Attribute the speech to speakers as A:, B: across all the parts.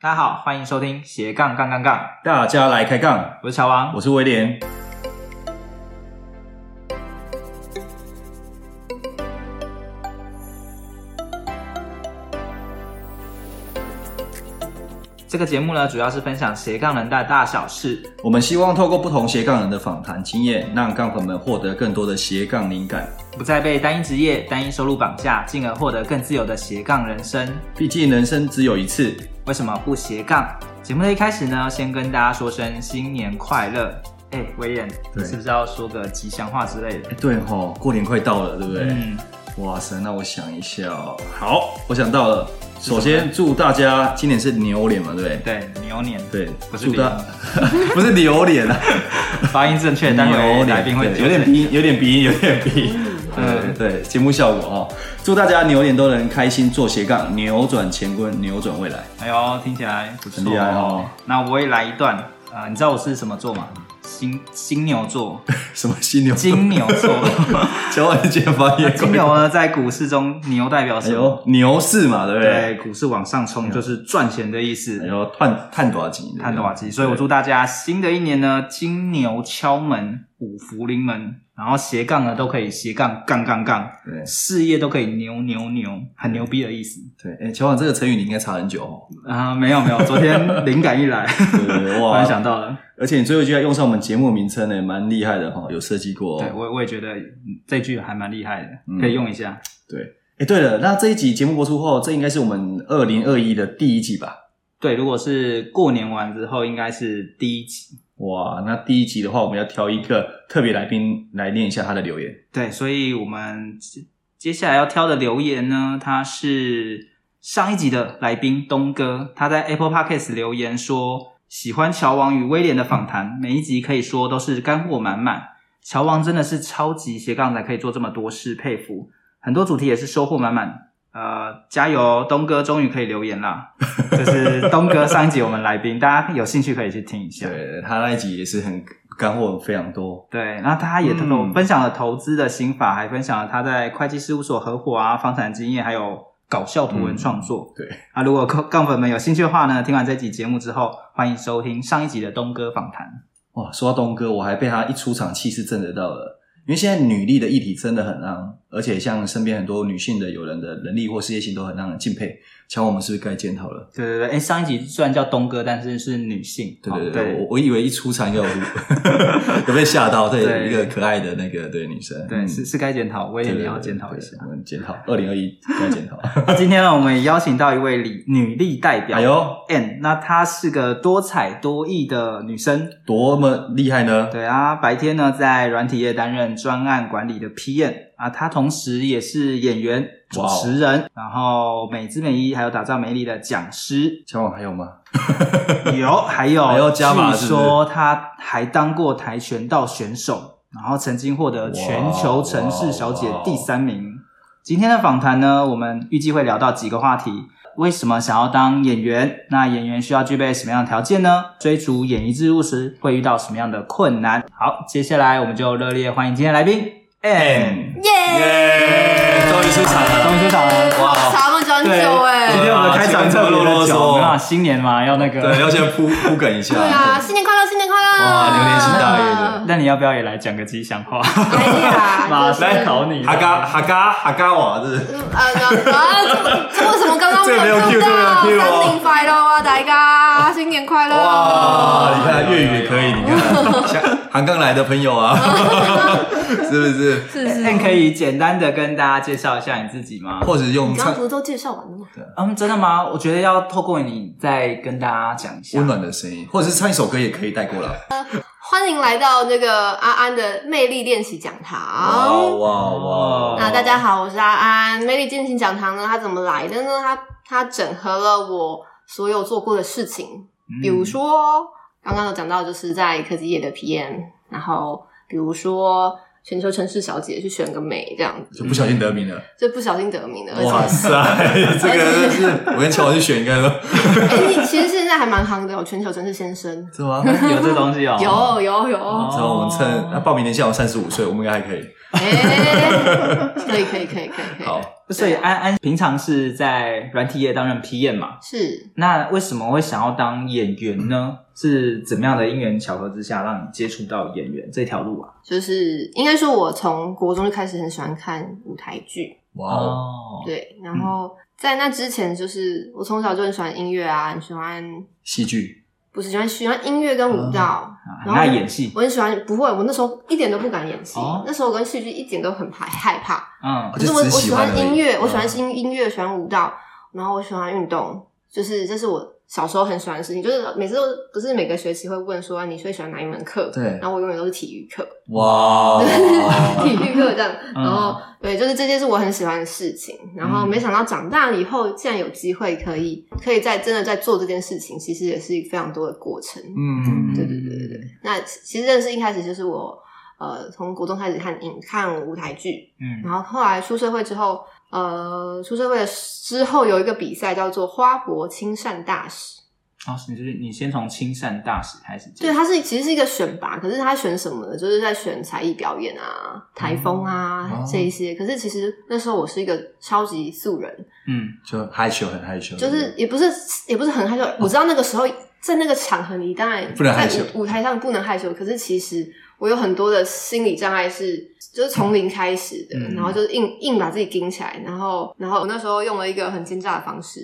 A: 大家好，欢迎收听斜杠杠杠杠，
B: 大家来开杠，
A: 我是乔王。
B: 我是威廉。
A: 这个节目呢，主要是分享斜杠人的大小事。
B: 我们希望透过不同斜杠人的访谈经验，让杠粉们获得更多的斜杠灵感。
A: 不再被单一职业、单一收入绑架，进而获得更自由的斜杠人生。
B: 毕竟人生只有一次，
A: 为什么不斜杠？节目的一开始呢，先跟大家说声新年快乐。哎、威廉，你
B: 对
A: 是不是要说个吉祥话之类的？
B: 哎，对吼，过年快到了，对不对？
A: 嗯，
B: 哇塞，那我想一下哦，好，我想到了。首先祝大家今年是牛年嘛，对不对？
A: 对，牛年，
B: 对，
A: 不是
B: 祝大不是牛 年啊，
A: 发音正确，待会
B: 牛
A: 来
B: 年
A: 宾会
B: 对
A: 纠
B: 有点
A: 正。
B: 鼻音，有点鼻音，有点鼻音。
A: 嗯
B: 嗯，对，节目效果哦，祝大家牛年都能开心做斜杠，扭转乾坤，扭转未来。
A: 哎呦，听起来不错，
B: 很厉害哦。
A: 那我也来一段啊、呃你知道我是什么座吗？金金牛座，
B: 什么犀牛？
A: 金牛座。
B: 小婉姐发言。
A: 金牛呢，在股市中，牛代表
B: 哎
A: 什么？
B: 呦，牛市嘛，对不对？
A: 对，股市往上冲就是赚钱的意
B: 哎
A: 思，
B: 呦，探探多少斤？
A: 碳多瓦基。所以我祝大家新的一年呢，金牛敲门，五福临门，然后斜杠呢都可以斜杠杠杠杠，
B: 对
A: 事业都可以牛牛牛，很牛逼的意思。
B: 对，哎，乔婉这个成语你应该查很久哦。
A: 啊、没有没有，昨天灵感一来，
B: 对
A: 突
B: 哇
A: 然想到了，
B: 而且你最后一句还用上我们节目名称呢，蛮厉害的哈，有设计过。
A: 对
B: 哦。
A: 我我也觉得这句还蛮厉害的，
B: 嗯
A: 可以用一下。
B: 对，哎，对了，那这一集节目播出后，这应该是我们二零二一的第一季吧？
A: 对，如果是过年完之后，应该是第一集。
B: 哇，那第一集的话，我们要挑一个特别来宾来念一下他的留言。
A: 对，所以我们接接下来要挑的留言呢，他是上一集的来宾东哥，他在 Apple Podcast 留言说喜欢乔王与威廉的访谈，每一集可以说都是干货满满。乔王真的是超级斜杠才可以做这么多事，佩服！很多主题也是收获满满。呃，加油哦，东哥终于可以留言啦！这是东哥上一集我们来宾，大家有兴趣可以去听一下。
B: 对他那一集也是很干货非常多。
A: 对，然后他也分
B: 嗯
A: 分享了投资的心法，还分享了他在会计事务所合伙啊、房产经验，还有搞笑图文创作。
B: 嗯对，
A: 啊，如果杠杠粉们有兴趣的话呢，听完这集节目之后，欢迎收听上一集的东哥访谈。
B: 哇，说到东哥，我还被他一出场气势震得到了。因为现在女力的议题真的很让，而且像身边很多女性的友人的能力或事业心都很让人敬佩。像我们是不是该检讨了？
A: 对对对，哎，上一集虽然叫东哥，但是是女性。
B: 对对
A: 哦
B: 对，
A: 对
B: 我我以为一出场有 有被吓到，
A: 对
B: 对一个可爱的那个对女生，
A: 对
B: 嗯
A: 是是该检讨，我
B: 对
A: 也
B: 对对
A: 要检讨一下
B: 对。我们检讨，二零二 一该检讨。
A: 那今天呢，我们也邀请到一位理女力代表，
B: 哎呦，
A: N，那她是个多彩多艺的女生，
B: 多么厉害呢！
A: 对啊，白天呢在软体业担任专案管理的 PM 啊，他同时也是演员、主
B: 哇哦，
A: 持人，然后美姿美仪还有打造美丽的讲师
B: 交往还有吗？
A: 有还有
B: 还要加码
A: 据
B: 是不是
A: 说他还当过跆拳道选手，然后曾经获得全球城市小姐第三名。今天的访谈呢，我们预计会聊到几个话题。为什么想要当演员？那演员需要具备什么样的条件呢？追逐演艺之路时会遇到什么样的困难？好，接下来我们就热烈欢迎今天来宾 M，
B: 耶，嗯终于出场了，
A: 哎终于出场了，哇！
C: 查了很久哎、
A: 今天我们的开场特别的
B: 前面这
A: 久，
B: 么啰嗦
A: 没办法，新年嘛，要那
B: 对，
A: 个。
B: 要先铺铺梗一下。
C: 对啊，新年快乐，新年快乐！
B: 哇牛年行大运
A: 那你要不要也来讲个吉祥 话？
C: 哎呀，
A: 马
C: 就是
A: 来考你，
B: 哈嘎哈嘎哈嘎瓦，这是。
C: 嗯呃，呃啊，这这为什么刚刚
B: 这个没有 cue，这
C: 做
B: 个没有
C: 到？
B: cue 哦
C: 新啊年快乐啊，大家新年快乐！
B: 哇，你看粤语也可以，你 看，像韩刚来的朋友啊，是不是？
C: 是是，
A: 那可以简单的跟大家介绍一下你自己吗？
B: 或者用
C: 你刚
B: 唱
C: 刚不是都介绍完了吗？
A: 嗯，真的吗？我觉得要透过你再跟大家讲一下
B: 温。暖的声音，或者是唱一首歌也可以带过来。
C: 欢迎来到那个阿安的魅力练习讲堂。
B: 哇哦哇
C: 那大家好，我是阿安。魅力进行讲堂呢，它怎么来的呢？它它整合了我所有做过的事情，
A: 嗯
C: 比如说刚刚有讲到，就是在科技业的 PM，然后比如说全球城市小姐去选个美这样子，
B: 就不小心得名了，
C: 就不小心得名的。嗯而
B: 哇
C: 且，
B: 塞，这个真的是我跟乔王去选一个了，
C: 哎、你其实现在还蛮行的哦，全球城市先生，
B: 是吗？
A: 嗯 有这东西哦，
C: 有有有，
A: 哦
B: 然后我们趁那报名年限我三十五岁，我们应该还可以。
C: 哎、可以可以可以可以可以。
B: 好，
A: 所以
C: 对啊
A: 安安平常是在软体业担任 PM 嘛，
C: 是
A: 那为什么会想要当演员呢？是怎么样的因缘巧合之下让你接触到演员这条路啊？
C: 就是应该说，我从国中就开始很喜欢看舞台剧，
D: 哇哦，
C: 对，然后在那之前，就是我从小就很喜欢音乐啊，很喜欢，
D: 戏剧
C: 不是喜欢喜欢音乐跟舞蹈，
A: 啊很
C: 然后
A: 爱演戏，
C: 我很喜欢，不会，我那时候一点都不敢演戏，
A: 哦
C: 那时候我跟戏剧一点都很怕害怕，
A: 嗯
D: 我哦
C: 可
D: 就是
C: 我我
D: 只喜
C: 喜
D: 欢
C: 欢
D: 而已
C: 音乐，我
D: 嗯
C: 喜欢音音乐，喜欢舞蹈，然后我喜欢运动，就是这是我小时候很喜欢的事情，就是每次都不是每个学期会问说、啊你最喜欢哪一门课，
D: 对
C: 然后我永远都是体育课，
D: 哇哦，
C: 体育课这样，
A: 嗯
C: 然后对，就是这件是我很喜欢的事情。然后
A: 嗯
C: 没想到长大了以后，竟然有机会可以可以在真的在做这件事情，其实也是非常多的过程。
D: 嗯，
C: 对对对对对。那其实认识一开始就是我呃从国中开始看影看舞台剧，
A: 嗯
C: 然后后来出社会之后，呃出社会之后有一个比赛叫做花博亲善大使，
A: 哦，你就是你先从亲善大使开始接
C: 对，
A: 触，
C: 它是其实是一个选拔，可是它选什么呢？就是在选才艺表演啊、台风啊、
D: 哦
C: 这一些。可是其实那时候我是一个超级素人，
A: 嗯
D: 就害羞，很害羞，
C: 就是也不是也不是很害羞。我知道那个时候在那个场合，你当然
D: 不能害羞
C: 在舞舞台上不能害羞。可是其实我有很多的心理障碍是。就是从零开始的，
A: 嗯
C: 然后就是硬硬把自己盯起来，然后然后我那时候用了一个很奸诈的方式，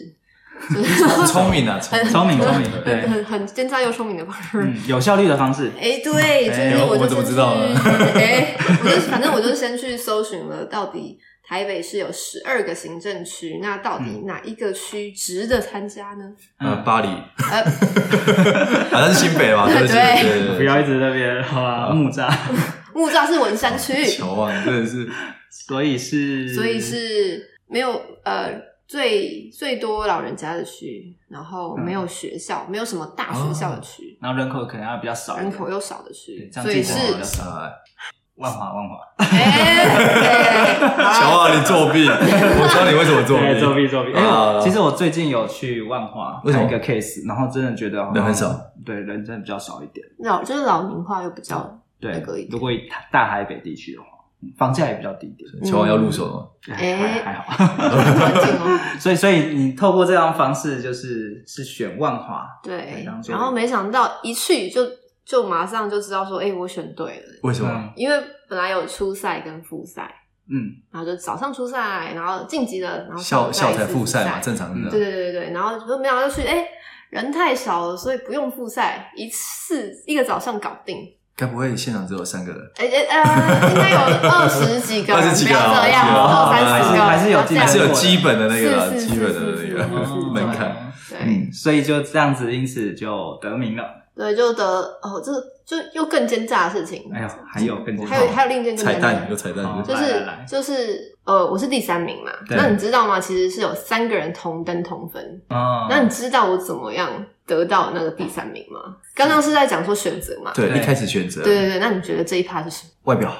C: 就是
D: 聪明啊，
C: 很
A: 聪明聪明对
C: 很很很奸诈又聪明的方式，
A: 嗯，有效率的方式，
C: 哎、对，
A: 哎
C: 就是
D: 我
C: 就
D: 我怎么
C: 先
D: 知道
C: 去
D: 呢
C: 哎、我就是反正我就是先去搜寻了，到底台北市有十二个行政区，那到底哪一个区值得参加呢？
D: 呃，
A: 嗯，
D: 巴黎，
C: 呃，
D: 好像是新北吧，对不起，
C: 对
D: 对对，
A: 不要一直在那边好吧，木栅，
C: 木栅是文山区，
D: 乔啊， 真的是
A: 所以是
C: 所以是没有呃最最多老人家的区，然后没有学校，没有什么大学校的区，
A: 然后人口可能要比较少一点，
C: 人口又少的
A: 对
C: 区，
A: 这样
C: 所以
A: 竞
C: 是
A: 争比较少
D: 啊，
A: 万华万华，
C: 哎、哎 好啦
D: 乔啊，你作 弊，我知道你为什么作
A: 对，
D: 弊，
A: 作弊作弊。哎，
D: 啊
A: 我其实我最近有去万华
D: 为什
A: 看
D: 么
A: 一个 case，然后真的觉得好像
D: 人很少，
A: 对，人真的比较少一点。
C: 老就是老龄化又比较那
A: 对
C: 个一，点
A: 如果以大台北地区的话，嗯房价也比较低一点，
D: 乔啊要入手吗？
A: 哎还
C: 哎
A: 还好。
C: 环境哦。
A: 所以，所以你透过这样方式，就是是选万华，
C: 对
A: 当，做
C: 然后没想到一去就就马上就知道说，哎、我选对了，
D: 为什么？
A: 嗯
C: 因为本来有初赛跟复赛，
A: 嗯，
C: 然后就早上初赛，然后晋级了，然后
D: 校校才
C: 才
D: 复赛
C: 赛
D: 嘛，正常是这
C: 对
D: 样。
A: 嗯
C: 对对对，然后就没想到就去，哎、人太少了，所以不用复赛，一次一个早上搞定。
D: 该不会现场只有三个人？
C: 哎、哎、呃，应该 有二十几个人，
D: 20几个
C: 不要这样，
D: 啊
C: 二
D: 还
C: 三
D: 是
C: 十个，
A: 还是有
C: 不
A: 进
C: 要
D: 还
A: 步
C: 这
D: 是
C: 样
D: 有基本的那个啦，
C: 是是
D: 基本的那
C: 是是是
A: 哦
D: 个
C: 是
D: 门槛。。
C: 对。
D: 嗯，
A: 所以就这样子，因此就得名了。
C: 对，就得哦，这就又更奸诈的事情。
A: 哎呦，还有更
C: 还有还有另一件更
D: 彩
C: 奸诈的
D: 蛋有彩蛋，
A: 好
C: 就
A: 来
C: 是
A: 来来
C: 就是呃，我是第三名嘛。
A: 对
C: 那你知道吗？其实是有三个人同分同分。
A: 哦，
C: 那你知道我怎么样得到那个第三名吗？刚刚是在讲说选择嘛。
D: 对
A: 对
D: 一开始选择
C: 对对对，那你觉得这一趴 是什么？
D: 外 表。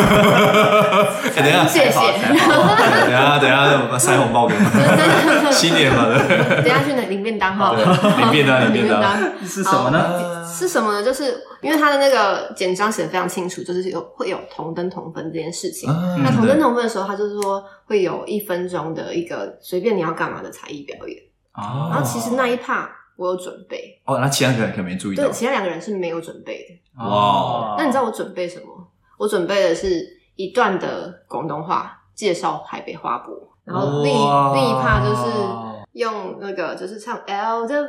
D: 哎等一下，
C: 谢谢。
D: 等一下，等一下，塞红包给 我，新年嘛，对不对
C: 等一下去那领便当哈。
D: 对领便当领 便当
A: 是什么
C: 哦
A: 呢？
D: 啊
C: 是什么呢？就是因为他的那个简章写的非常清楚，就是有会有同登同分这件事情。
A: 嗯
D: 啊
C: 那同登同分的时候，他就是说会有一分钟的一个随便你要干嘛的才艺表演。
A: 哦
C: 然后其实那一趴我有准备，
D: 哦，那其他人可能没注意到
C: 对，，其他两个人是没有准备的。
A: 哦
C: 那你知道我准备什么？我准备的是一段的广东话介绍台北花博，然后另一
D: 哇
C: 另一趴就是用那个就是唱《L d e v i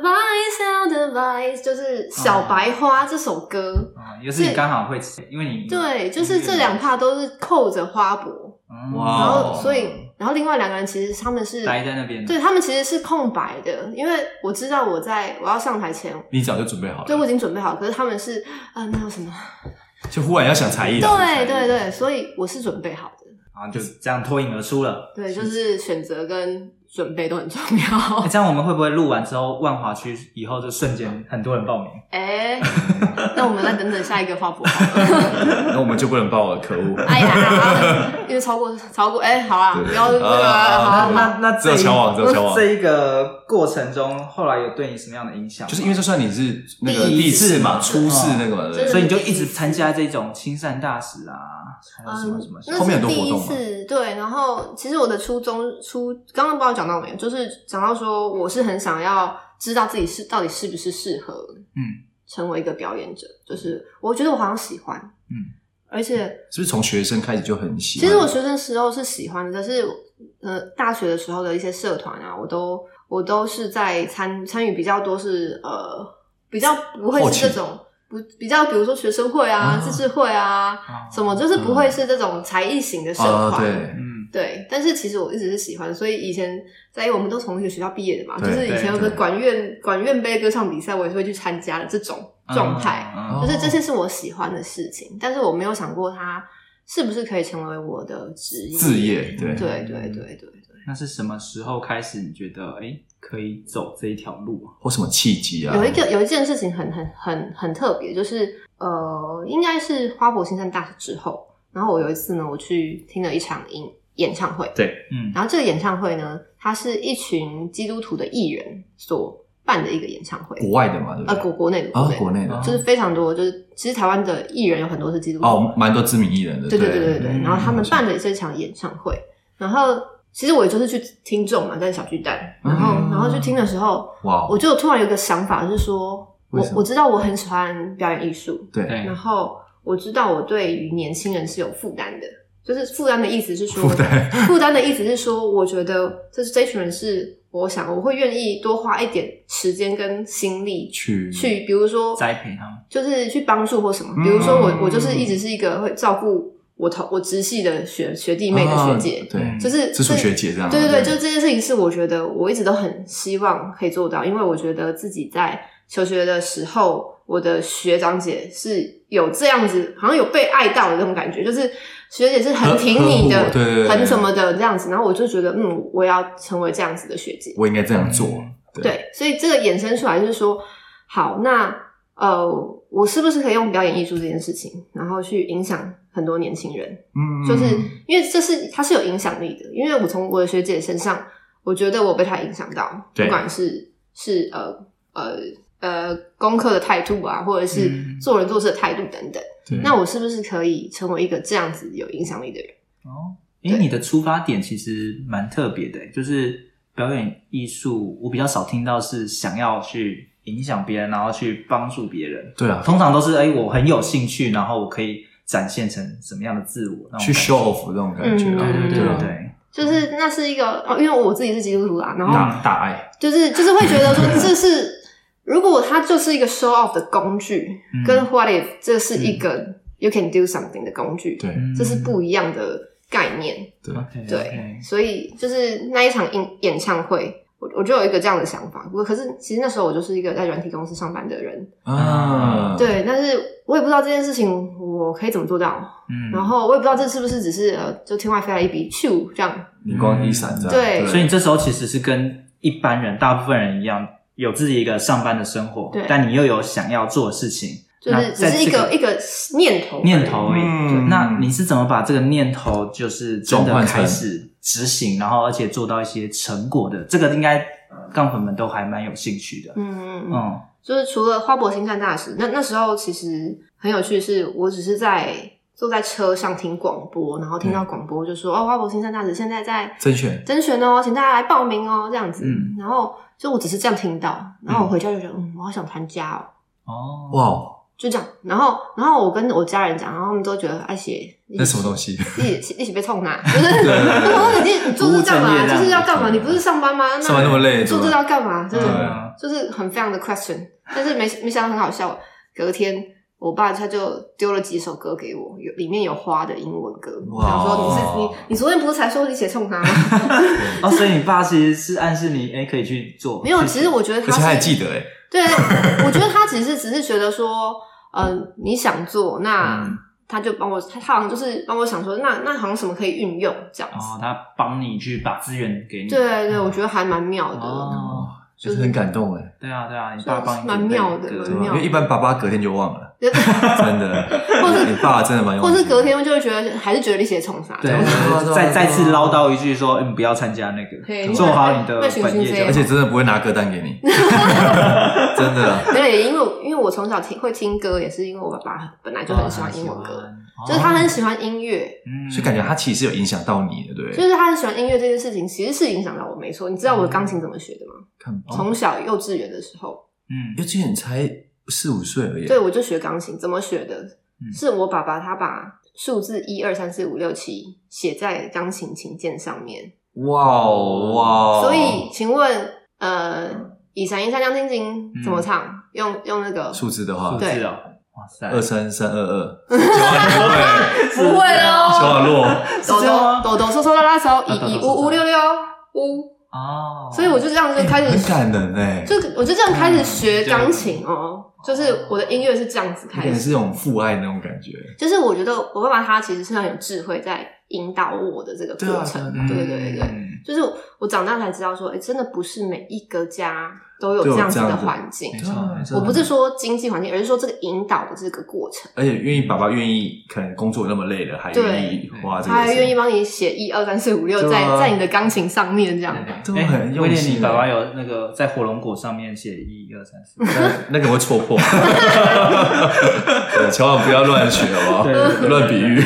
C: c e L d e v i c
A: 嗯
C: e 就是《小白花》这首歌。
A: 啊，也是你刚好会，因为你
C: 哦对，就是这两趴都是扣着花博，
A: 嗯
D: 哇
C: 然后
D: 哦
C: 所以然后另外两个人其实他们是
A: 待在那边，
C: 对他们其实是空白的，因为我知道我在我要上台前，
D: 你早就准备好
C: 对我
D: 了，
C: 已经准备好，可是他们是啊、那有什么？
D: 就忽然要想才艺了。
C: 对对对，所以我是准备好的。
A: 然后就这样脱颖而出了。
C: 对，就是选择跟准备都很重
A: 哎
C: 要。
A: 这样我们会不会录完之后，万华区以后就瞬间很多人报名？
C: 哎、那我们再等等下一个花博好了。
D: 那我们就不能报了，可恶。
C: 哎呀，因为超过超过，哎、好啊，
D: 对
C: 不要那个，
D: 啊啊
C: 好
A: 哦
C: 啊
D: 啊
C: 好啊
A: 呃那那
D: 只有
A: 这一
D: 乔王只有乔王
A: 这一个过程中，后来有对你什么样的影响吗？
D: 就是因为就算你是那个
C: 第一
D: 第一次嘛，
C: 次嗯
D: 初试那个嘛，对不对
C: 真
A: 所
C: 的
A: 以你就一直参加这种亲善大使啊，还有什么什么
C: 那
D: 后面
C: 是
D: 很多
C: 第
D: 活
C: 一
D: 动嘛
C: 次对，然后其实我的初衷初刚刚不知道讲到没有，就是讲到说我是很想要知道自己是到底是不是适合
A: 嗯
C: 成为一个表演者，就是我觉得我好像喜欢
A: 嗯，
C: 而且
D: 是不是从学生开始就很喜
C: 其
D: 欢？
C: 实我学生时候是喜欢的，可是呃大学的时候的一些社团啊，我都我都是在参参与比较多是呃比较不会
D: 后
C: 是
D: 期
C: 这种。不比较，比如说学生会啊、
D: 啊嗯
C: 自治会啊，
A: 啊
C: 什么就是不会是这种才艺型的社
D: 啊，
C: 团，
D: 对，
A: 嗯
C: 对，但是其实我一直是喜欢，所以以前在因为我们都同一个学校毕业的嘛，就
D: 对
C: 是以前有个
D: 对对
C: 管院管院杯歌唱比赛，我也是会去参加的这种状态，
D: 哦
A: 嗯嗯
C: 就是这些是我喜欢的事情，但是我没有想过它是不是可以成为我的职业。
D: 置业，对，
C: 对对对对对，
A: 那是什么时候开始你觉得哎、诶可以走这一条路啊？
D: 或什么契机啊？
C: 有一个有一件事情很很很很特别，就是呃，应该是花博新山大学之后，然后我有一次呢，我去听了一场音演唱会，
A: 嗯
C: 然后这个演唱会呢，它是一群基督徒的艺人所办的一个演唱会，
D: 国外的嘛，对不
C: 呃
D: 对？
C: 国国内的
D: 啊，
C: 国
D: 国
C: 内
D: 内的
A: 啊
C: 就是非常多，就是其实台湾的艺人有很多是基督徒，
D: 哦，蛮多知名艺人的，
C: 对对
D: 对
C: 对对对，
A: 嗯
C: 然后他们
D: 好像
C: 办了这场演唱会，然后其实我也就是去听众嘛，在小巨蛋，然后、
D: 嗯
C: 然后去听的时候，
D: 哇，哦
C: 我就突然有个想法，就是说
D: 为
C: 我
D: 什么
C: 我知道我很喜欢表演艺术，
D: 对
A: 对
C: 然后我知道我对于年轻人是有负担的，就是负担的意思是说，
D: 负 担
C: 负担的意思是说，我觉得这是这群人是我想我会愿意多花一点时间跟心力去
D: 去
C: 去，比如说
A: 栽培他们
C: 就是去帮助或什么。
D: 嗯
C: 比如说我我就是一直是一个会照顾我同我直系的学学弟妹的学姐，
D: 啊对，
C: 就是
D: 直属
C: 这
D: 学姐这样，
C: 对对对，就
D: 对
C: 这件事情是我觉得我一直都很希望可以做到，因为我觉得自己在求学的时候，我的学长姐是有这样子，好像有被爱到的那种感觉，就是学姐是很挺你
D: 呵
C: 的
D: 护我，对对对
C: 很什么的这样子，然后我就觉得，嗯，我也要成为这样子的学姐，
D: 我应该这样做，对
C: 对，所以这个衍生出来就是说，好，那呃，我是不是可以用表演艺术这件事情，然后去影响很多年轻人？
D: 嗯，
C: 就是因为这是它是有影响力的，因为我从我的学姐身上，我觉得我被她影响到，
D: 对
C: 不管是是呃呃呃功课的态度啊，或者是
A: 嗯
C: 做人做事的态度等等，
D: 对
C: 那我是不是可以成为一个这样子有影响力的人？
A: 哦。哎、你的出发点其实蛮特别的、就是表演艺术，我比较少听到是想要去影响别人，然后去帮助别人。
D: 对啊，
A: 通常都是哎、我很有兴趣，然后我可以展现成什么样的自我，那种
D: 去
A: 感觉
D: show off 这种感觉啊，
A: 对
C: 嗯
A: 对对
D: 啊
A: 对对，
C: 就是那是一个哦，因为我自己是基督徒啊，然后
D: 大大爱，
C: 就是就是会觉得说这是，如果它就是一个 show off 的工具，
A: 嗯
C: 跟 what if 这是一个、you can do something 的工具，
D: 对
A: 嗯
C: 这是不一样的概念。
D: 对
A: OK，
C: 对
A: 嗯 OK
C: 所以就是那一场演演唱会，我我就有一个这样的想法。我可是其实那时候我就是一个在软体公司上班的人，
D: 啊，
A: 嗯
C: 嗯对，但是我也不知道这件事情我可以怎么做到，
A: 嗯，
C: 然后我也不知道这是不是只是呃，就天外飞来一笔咻这样，
D: 灵光一闪这样，
C: 对
A: 所以你这时候其实是跟一般人、大部分人一样，有自己一个上班的生活，
C: 对
A: 但你又有想要做的事情，
C: 就
A: 那
C: 是只
A: 在
C: 是一
A: 这
C: 个一个念头而已
A: 念头而已。
D: 嗯
A: 那你是怎么把这个念头就是真
D: 转
A: 的
D: 换成
A: 开始执行，然后而且做到一些成果的？这个应该杠粉们都还蛮有兴趣的。
C: 嗯嗯嗯。
A: 嗯
C: 就是除了花博星探大使，那那时候其实很有趣是，我只是在坐在车上听广播，然后
D: 嗯
C: 听到广播就说、哦，花博星探大使现在在
D: 甄选
C: 甄选哦，请大家来报名哦，这样子。
A: 嗯
C: 然后就我只是这样听到，然后我回家就觉得，嗯，我好想参加哦，
A: 哦，
D: 哇哦，
C: 就这样。然后然后我跟我家人讲，然后他们都觉得哎写
D: 那什么东 西？
C: 一起一起被冲啊， 就是
D: 对
C: 我说你你做
A: 不务
C: 这干
A: 正
C: 嘛？
A: 业这样
C: 就是要干嘛？你不是上班吗？
D: 上班那么累，
C: 做这
D: 对
C: 要
D: 吧
C: 干嘛？就是
D: 对
A: 啊
C: 就是很非常的 question，但是没没想到很好笑。隔天，我爸他就丢了几首歌给我，有里面有花的英文歌，
D: 哇
C: 想说你是你你昨天不是才说你写冲 他吗？
A: 哦，所以你爸其实是暗示你，哎，可以去做。
C: 没有，
A: 去
C: 其实我觉得
D: 而且他
C: 他
D: 还
C: 是
D: 记
B: 欸
D: 得哎，
C: 对，我觉得他只是只是觉得说，嗯、你想做，那
A: 嗯
C: 他就帮我，他他好像就是帮我想说，那那好像什么可以运
D: 哦
C: 用这样子。
A: 哦，他帮你去把资源给你。
C: 对对，我觉得还蛮妙的。
A: 哦，
B: 就是很感动哎，
A: 对啊，对啊，你
C: 是
A: 爸
C: 啊
A: 帮你
C: 蛮
A: 准备
C: 妙
A: 一
C: 的
A: 个
C: 蛮
B: 对吧？
C: 妙
B: 因为一般爸爸隔天就忘了，
C: 就是
B: 真的，
C: 或是
B: 你爸真的蛮有，
C: 或是隔天就会觉得还是觉得力气重杀。
A: 对
B: 对啊对，啊
A: 再再次
B: 对啊
A: 唠叨一句说，嗯，不要参加那
C: 对
A: 个，做好你的
C: 那那
A: 本
C: 群星
A: 业就
B: 而
A: 好。
B: 且真的不会拿歌单给 你，真的。
C: 对，因为我因为我从小听会听歌，也是因为我爸爸本来就很喜欢英文歌，
A: 哦
C: 就是他很喜欢音乐，
A: 嗯
B: 所以感觉他其实有影响到你的，对不
C: 就
B: 对？
C: 是他很喜欢音乐这件事情，其实是影响到我没错。你知道我的钢琴怎么学的吗？
B: 看，
C: 从小幼稚园的时候，
A: 嗯
B: 幼稚园才四五岁而已，
C: 对我就学钢琴，怎么学的
A: 嗯？
C: 是我爸爸他把数字一二三四五六七写在钢琴琴键上面，
B: 哇哦哇哦！
C: 所以请问呃，以闪一闪亮晶晶怎么唱？用用那个
B: 数字的话
A: 数，字哦，哇塞，
B: 二三三二二，九万欸对，
C: 不会
B: 小
C: 哦，
B: 网络，
C: 抖
A: 是这样吗
C: 抖抖抖嗦嗦拉拉手，
A: 哦抖抖
C: 一一
A: 嗦嗦
C: 五五六六五，
A: 哦，
C: 所以我就这样就开
B: 很
C: 始，
B: 感人哎，
C: 就我就这样开始学
A: 嗯这样
C: 钢琴哦，就是我的音乐是这样子
B: 有
C: 开
B: 点
C: 始，
B: 是一种父爱那种感觉。
C: 就是我觉得我爸爸他其实是很有智慧在引导我的这个
B: 对啊
C: 过程
B: 对啊，
C: 对对对对。
A: 嗯
C: 就是我长大才知道说，哎、真的不是每一个家都有
B: 都有
C: 这样子
B: 这
C: 的
B: 样子
C: 环境
A: 没。
B: 对
A: 错
B: 啊
A: 没错，
C: 我不是说经济环境，而是说这个引导的这个过程，
B: 而且愿意爸爸愿意，可能工作那么累了，还愿意花这
C: 他
B: 个
C: 还
B: 钱，
C: 愿意帮你写一二三四五六
B: 对
C: 在
B: 啊
C: 在你的钢琴上面这样。
B: 都
A: 哎
B: 很用
A: 威廉，
B: 心
A: 你爸
B: 欸
A: 爸有那个在火龙果上面写一二三四，
B: 但那个会戳破。对，千万不要乱学，好不好？
A: 对对对
B: 乱比喻。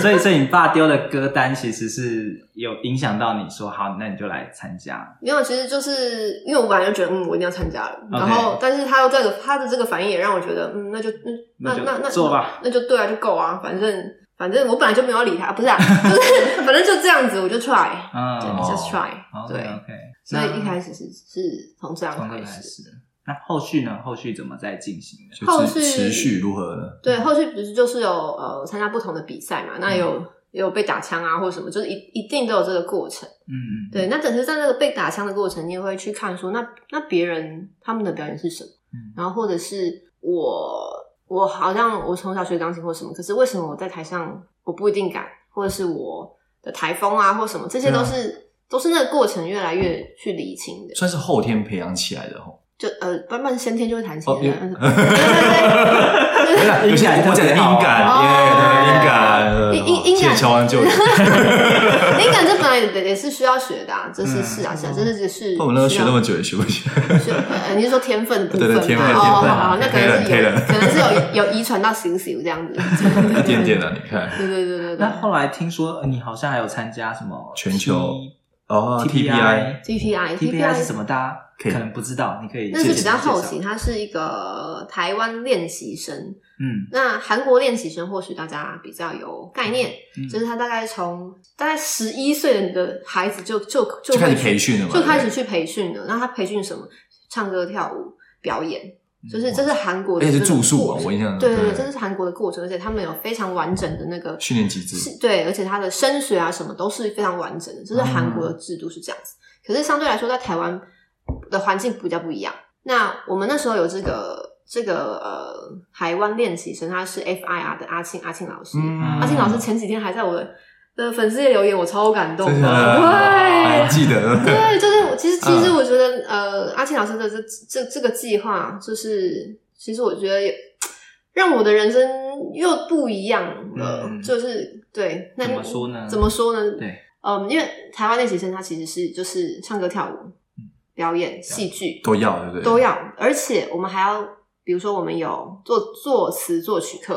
A: 所以所以你爸丢的歌单其实是有影响到你说好，那你就来参加，
C: 没有，其实就是因为我本来就觉得，嗯，我一定要参加了。
A: OK
C: 然后，但是他又这个他的这个反应也让我觉得，嗯，那就嗯，那
A: 就
C: 那那
A: 做吧。
C: 那就对啊，就够啊，反正反正我本来就没有要理他，不 是啊，就是反正就这样子，我就 try，
A: 嗯
C: 对
B: 哦
C: ，just try，
A: ，OK
C: 对。
A: OK，
C: 所以一开始是是从这样
A: 从这
C: 开
A: 个开始，
C: 始。
A: 那后续呢？后续怎么再进行的？
B: 就
C: 后
B: 是
C: 续
B: 持续如何呢？
C: 对，后续不是就是有呃参加不同的比赛嘛，那有、
A: 嗯
C: 也有被打枪啊，或者什么，就是一一定都有这个过程。
A: 嗯，嗯，
C: 对，那只是在那个被打枪的过程，你也会去看说，那那别人他们的表演是什么，
A: 嗯
C: 然后或者是我我好像我从小学钢琴或什么，可是为什么我在台上我不一定敢，或者是我的台风啊或什么，这些
B: 对啊
C: 都是、都是那个过程越来越去理清的。
B: 算是后天培养起来的吼。
C: 就呃，慢慢先天就会弹琴啊
B: 哦
C: 了，
B: 因
C: 对对对对对
B: 有些我讲的音感，
C: 哦
B: 耶，对
C: 音
B: 音感，
C: 音音
B: 谢谢
C: 哦感
B: 乔 安舅舅。
C: 灵感这本来也也是需要学的、啊，这是
A: 嗯
C: 是啊是啊，这是是。啊
B: 那我们那时候学那么
C: 久，
B: 久也学不起来。
C: 学呃你是说天分的部分吗？
B: 对对天分
C: 哦，
B: 天
C: 好
B: 分
C: 好好，那可能是
B: 黑
C: 有
B: 人，
C: 可能是有有遗传到小小 这样子，
B: 一点点啊，你看
C: 对对对对对
A: 那后来听说呃你好像还有参加什么
B: 全球
A: T-
B: 哦
A: TPI。
C: ，TPI
A: TPI 是什么？大家
B: 可以
A: 可能不知道，你可以
C: 那是
A: 简
C: 比
A: 单
C: 较
A: 介
C: 后
A: 绍
C: 期，它是一个台湾练习生。
A: 嗯，
C: 那韩国练习生或许大家比较有概念，
A: 嗯
C: 就是他大概从大概十一岁的孩子就就就
B: 就开
C: 会
B: 始培训了嘛，
C: 就开
B: 对
C: 始去培训了。那他培训什么？唱歌、跳舞、表演，就是
A: 嗯
C: 这是韩
B: 不
C: 国
B: 对，
C: 的
B: 而
C: 这
B: 且是
C: 个
B: 住
C: 过程，
B: 宿啊，我印象中
C: 对对对，这是韩国的过程，而且他们有非常完整的那个
B: 训练机制
C: 是对，而且他的升学啊什么都是非常完整的，这是
B: 嗯
C: 韩国的制度是这样子。可是相对来说，在台湾的环境比较不一样。那我们那时候有这个这个呃台湾练习生，他是 FIR 的阿庆阿庆老师，
B: 嗯
C: 阿庆老师前几天还在我的的粉丝页留言，我超感动
B: 真
C: 的，
B: 的啊还
C: 对。
B: 哎记得
C: 对，就是我其实其实
B: 嗯
C: 我觉得，呃，阿庆老师的这这这个计划，就是其实我觉得也让我的人生又不一样了，
A: 嗯
C: 就是对。那
A: 怎么说呢
C: 怎么说呢？
A: 对，
C: 嗯，因为台湾练习生他其实是就是唱歌、跳舞、
A: 嗯
C: 表演、戏剧
B: 都要对不对？
C: 都要，而且我们还要，比如说我们有作作词作曲课，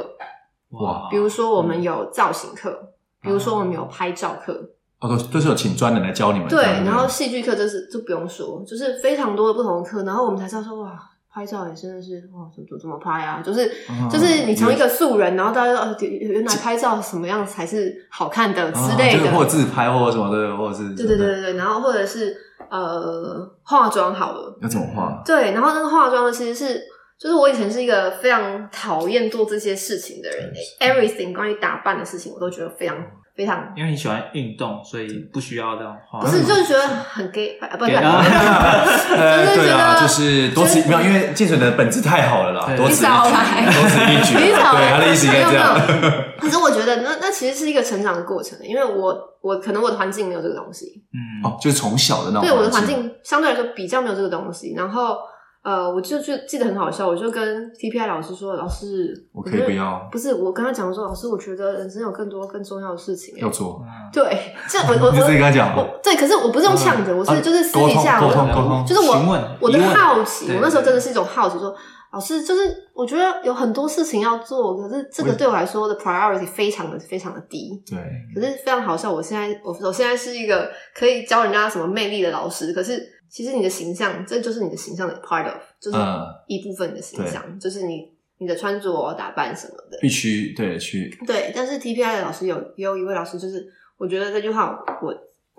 A: 哦
B: 哇
C: 比如说我
A: 嗯
C: 们有造型课，比如说我们有拍照课，
B: 哦，都都是有请专人来教你们
C: 对
B: 这样，子
C: 然后戏剧课就是就不用说，就是非常多的不同的课，然后我们才知道说哇，拍照也真的是哇，怎怎怎么拍啊？就是、
B: 嗯
C: 就是你从一个素人，然后大家说哦，原原来拍照什么样才是好看的之
B: 啊
C: 类
B: 就是
C: 的，
B: 或者自拍或者什么的，或者是
C: 对对对对对，然后或者是呃化妆好了，
B: 要怎么画？
C: 对，然后那个化妆呢，其实是就是我以前是一个非常讨厌做这些事情的人、e v e r y t h i n g 关于打扮的事情，我都觉得非常。非常
A: 因为你喜欢运动，所以不需要这样画。
B: 啊
C: 不是就是觉得很 gay，不啊不不，
B: 呃，
C: 就是觉
B: 对啦，
C: 得
B: 就是多
C: 就是
B: 此没有，因为建水的本质太好了啦，
A: 对
B: 多此一举，
C: 你少来
B: 多此一举，
C: 你
B: 对
C: 少来
B: 他的意思应该这样。
C: 没有没有 可是我觉得那那其实是一个成长的过程，因为我我可能我的环境没有这个东西，
A: 嗯，
B: 哦，就是从小的那种
C: 对我的环境相对来说比较没有这个东西。然后呃，我就就记得很好笑，我就跟 TPI 老师说，老师，
B: 我可以
C: 觉得
B: 不要
C: 不是我跟他讲说，老师，我觉得人生有更多更重要的事情欸。
B: 要做，
A: 嗯
C: 对，这我我
B: 你 就直接跟他
C: 我
B: 讲嘛，
C: 我对，可是我
A: 呃
C: 不是用呛着，我
A: 啊
C: 是就是私底下
B: 啊沟
C: 我
B: 通沟通
C: 就是我
A: 询问
C: 我的
A: 疑问
C: 好奇，
A: 对
C: 我那时候真的是一种好奇，说老师，就是我觉得有很多事情要做，可是这个对我来说的 priority 非常的非常的低。
B: 对，
C: 可是非常好笑，我现在我我现在是一个可以教人家什么魅力的老师，可是其实你的形象，这就是你的形象的 part of，就是
B: 嗯
C: 一部分你的形象，就是你你的穿着打扮什么的。
B: 必须对去
C: 对，但是 TPI 的老师有也有一位老师，就是我觉得这句话我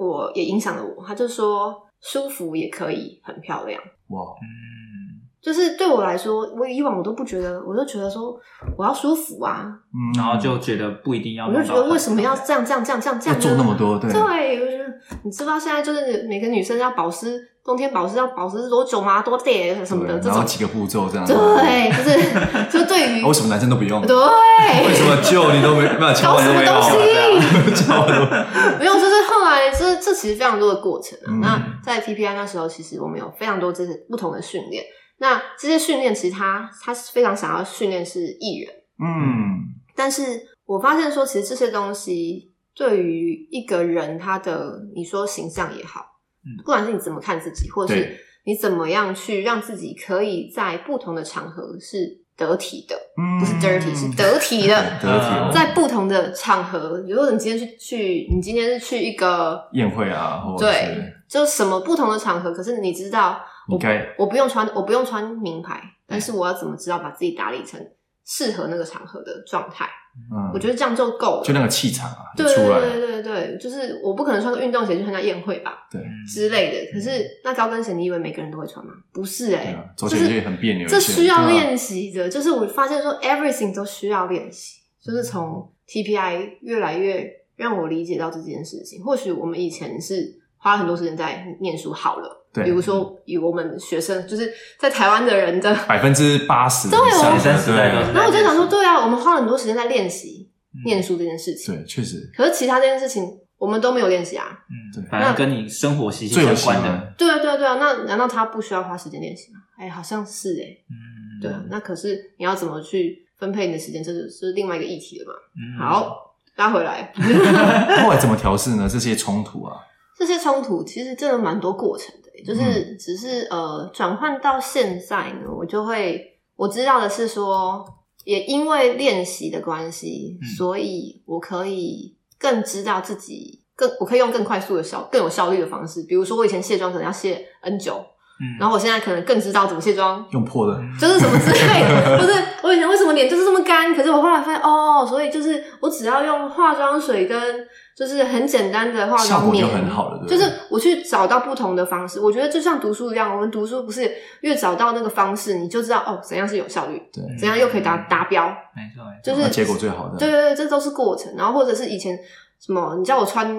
C: 我也影响了我，他就说舒服也可以很漂亮。
B: 哇，
A: 嗯，
C: 就是对我来说，我以往我都不觉得，我就觉得说我要舒服啊，
B: 嗯
A: 然后就觉得不一定要
C: 我
A: 弄到
C: 就
A: 很漂
C: 觉
A: 亮，
C: 得为什么要这样这样这样这样这
B: 要
C: 样
B: 做那么多，对
C: 对，我就觉得你知不知道现在就是每个女生要保湿，冬天保湿要保湿多久吗？多点什么的
B: 对
C: 这
B: 然后
C: 种，
B: 几个步骤这样，啊
C: 对，就是就对 于
B: 啊为什么男生都不用？为什
C: 对。
B: 么救你都没办法敲
C: 搞
B: 完
C: 什
B: 都
C: 么
B: 没有啊
C: 东？西？
B: 敲完都
C: 没有，就是后来这这其实非常多的过程啊。
B: 嗯
C: 那在 PPI 那时候，其实我们有非常多这些不同的训练。那这些训练其实他他是非常想要训练是艺人。
B: 嗯，
C: 但是我发现说，其实这些东西对于一个人他的你说形象也好，
A: 嗯
C: 不管是你怎么看自己，或者是
B: 对，
C: 你怎么样去让自己可以在不同的场合是得体的，
B: 嗯
C: 不是 dirty，、是得体的。
B: 对得体
A: 嗯
B: 哦，
C: 在不同的场合，比如说你今天去去，你今天是去一个
B: 宴会啊，或者
C: 对
B: 是，
C: 就什么不同的场合，可是你知道，
B: 你嗯
C: 我
B: 该
C: 我不用穿，我不用穿名牌，但是我要怎么知道把自己打理成适合那个场合的状态？
B: 嗯，
C: 我觉得这样就够了，
B: 就那个气场啊，就
C: 对
B: 出来
C: 对
B: 了，
C: 对对对，就是我不可能穿个运动鞋去参加宴会吧
B: 对，
A: 嗯
C: 之类的。可是那高跟鞋，你以为每个人都会穿吗？不是哎、
B: 对啊
C: 欸，
B: 走
C: 就
B: 起来
C: 是
B: 就很别扭一些
C: 这需要
B: 对啊
C: 练习的。就是我发现说，everything 都需要练习，就是从 TPI 越来越让我理解到这件事情。或许我们以前是花了很多时间在念书好了，
B: 对
C: 比如说以我们学生，就是在台湾的人的
B: 百分之八十以
C: 对我
B: 上
A: 学生
B: 的，
A: 时代都是
B: 对
C: 然后我就想说，对啊，我们花了很多时间在练习
A: 嗯
C: 念书这件事情，
B: 对，确实
C: 可是其他这件事情我们都没有练习啊。
A: 嗯
B: 对，
A: 反正跟你生活息息
B: 最
A: 相
B: 有
A: 关
B: 型
A: 的，
B: 的，
C: 对啊，对啊，对啊，那难道他不需要花时间练习吗？哎，好像是哎、
A: 嗯，
C: 对啊，那可是你要怎么去分配你的时间，这是是另外一个议题了嘛。
A: 嗯，
C: 好，拉回来，
B: 后来怎么调试呢？这些冲突啊，
C: 这些冲突其实真的蛮多过程的欸、
A: 嗯
C: 就是只是呃转换到现在呢，我就会我知道的是说，也因为练习的关系，
A: 嗯
C: 所以我可以更知道自己更我可以用更快速的效更有效率的方式，比如说我以前卸妆可能要卸 N 久，
A: 嗯，
C: 然后我现在可能更知道怎么卸妆，
B: 用破的，
A: 嗯
C: 就是什么之类的，不是我以前为什么脸就是这么干，可是我后来发现哦，所以就是我只要用化妆水跟就是很简单的化
B: 效
C: 妆
B: 果
C: 棉，
B: 就很好了，对不
C: 就
B: 对
C: 是我去找到不同的方式。我觉得就像读书一样，我们读书不是越找到那个方式，你就知道哦怎样是有效率，
B: 对，
C: 怎样又可以达
B: 嗯
C: 达标，
A: 没错，没错，
C: 就是
B: 那结果最好的，
C: 对对对，这都是过程。然后或者是以前什么，你叫我穿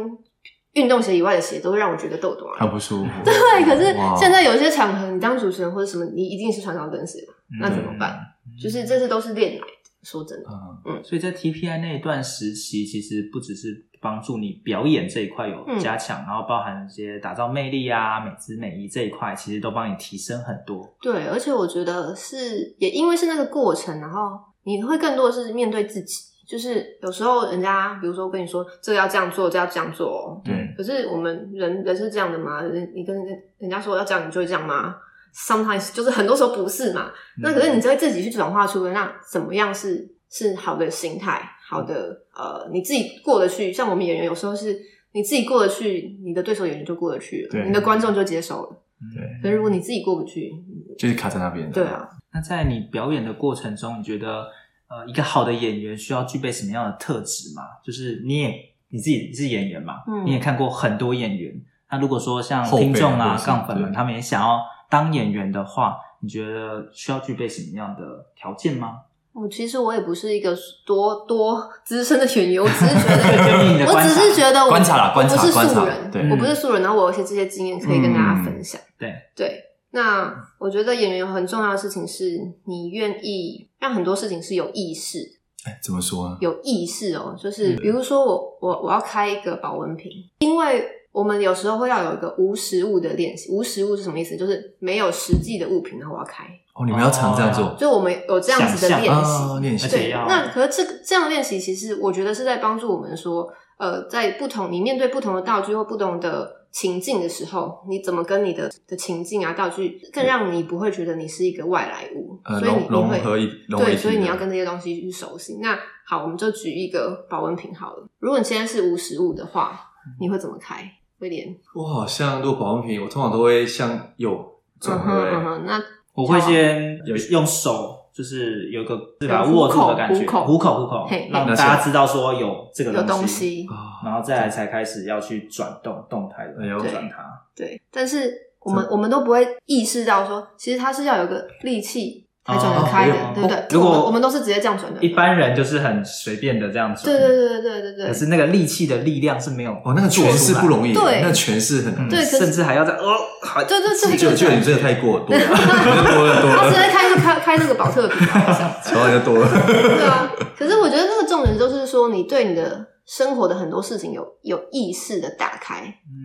C: 运动鞋以外的鞋，都会让我觉得痘痘啊
B: 很。不舒服，
C: 对，可是
B: 哇
C: 现在有一些场合，你当主持人或者什么，你一定是穿高跟鞋嘛。那怎么办
A: 嗯？
C: 就是这些都是练来的。说真的，
B: 嗯
A: 所以在 TPI 那一段时期，其实不只是帮助你表演这一块
C: 嗯
A: 有加强，然后包含一些打造魅力啊、美姿美仪这一块，其实都帮你提升很多。
C: 对，而且我觉得是也因为是那个过程，然后你会更多的是面对自己。就是有时候人家，比如说跟你说这个要这样做，这个要这样做哦。
B: 对，
C: 可是我们人人是这样的吗？人你跟人人家说要这样，你就会这样吗？Sometimes 就是很多时候不是嘛。
B: 嗯
C: 那可是你就会自己去转化出，那怎么样是是好的心态，好的呃，你自己过得去。像我们演员有时候是你自己过得去，你的对手演员就过得去了，
B: 对
C: 你的观众就接受了。
A: 嗯
B: 对
C: 可是如果你自己过不去，嗯
B: 就是卡在那边，
C: 对，啊，
A: 那在你表演的过程中，你觉得呃，一个好的演员需要具备什么样的特质吗？就是你也你自己是演员嘛，
C: 嗯
A: 你也看过很多演员。那如果说像
B: 后辈啊
A: 听众
B: 或
A: 啊、
B: 者是
A: 杠粉们，
B: 对
A: 他们也想要当演员的话，你觉得需要具备什么样的条件吗？
C: 我其实我也不是一个多多资深的演员，我只是觉 得，
A: 就你的
C: 我
A: 观察
C: 只是觉得我
B: 观察啦观察
C: 我不是
B: 观察
C: 素人，
B: 对嗯
C: 我不是素人，然后我有一些这些经验可以跟大家分享。
A: 对
C: 对，那我觉得演员有很重要的事情是你愿意让很多事情是有意识、
B: 哎怎么说啊？
C: 有意识哦，
B: 嗯
C: 就是比如说我我我要开一个保温瓶，因为我们有时候会要有一个无实物的练习。无实物是什么意思？就是没有实际的物品，然后我要开，
B: 哦，你们要常这样做
C: 就我们有这样子的
A: 想
C: 练习。
B: 啊，练习
A: 而且
C: 对，
A: 要
C: 那可是这个这样的练习，其实我觉得是在帮助我们说，呃，在不同你面对不同的道具或不同的情境的时候，你怎么跟你的的情境啊道具，更让你不会觉得你是一个外来物，
B: 呃
C: 所以你
B: 融
C: 不
B: 融
C: 会
B: 合一融为
C: 对，
B: 一
C: 所以
B: 体
C: 你
B: 的
C: 要跟这些东西去熟悉。那好，我们就举一个保温瓶好了。如果你现在是无实物的
B: 嗯
C: 话，你会怎么开？威廉，
B: 我好像如果保温瓶，我通常都会向右
C: 嗯
B: 转，对
C: 哼
B: 不
C: 嗯
B: 对？
C: 哼，那
A: 我会先有用手，就是有一个是把它
C: 有虎
A: 握住
C: 口
A: 的感觉，
C: 虎口
A: 虎口虎口
C: 嘿嘿，
A: 让
B: 那
A: 大
B: 是
A: 家知道说有这个
C: 有东，西，
B: 啊，
A: 然后再来才开始要去转动动态的
B: 哎呦
A: 转它。
C: 对，但是我们我们都不会意识到说，其实它是要有个力气才转得开的，
A: 哦
C: 对不对？
A: 如果
C: 我们我们都是直接这样转的，
A: 一般人就是很随便的这样转，
C: 对对对对对对
A: 可
C: 对。
A: 是那个力气的力量是没有
B: 哦，那个
A: 做
B: 诠
A: 出
B: 释
A: 来
B: 不容易，
C: 对
B: 那个诠释很
A: 嗯
B: 难，
C: 对可是
A: 甚至还要在哦，好
C: 对对对，
B: 就
C: 对
B: 就
C: 对
B: 你这个太过 多了， 你这多了多
C: 他直接
B: 了，
C: 开就开开那个保特瓶啊，我想
B: 手腕就多了，
C: 对 啊。可是我觉得那个重点就是说，你对你的生活的很多事情有有意识的打开，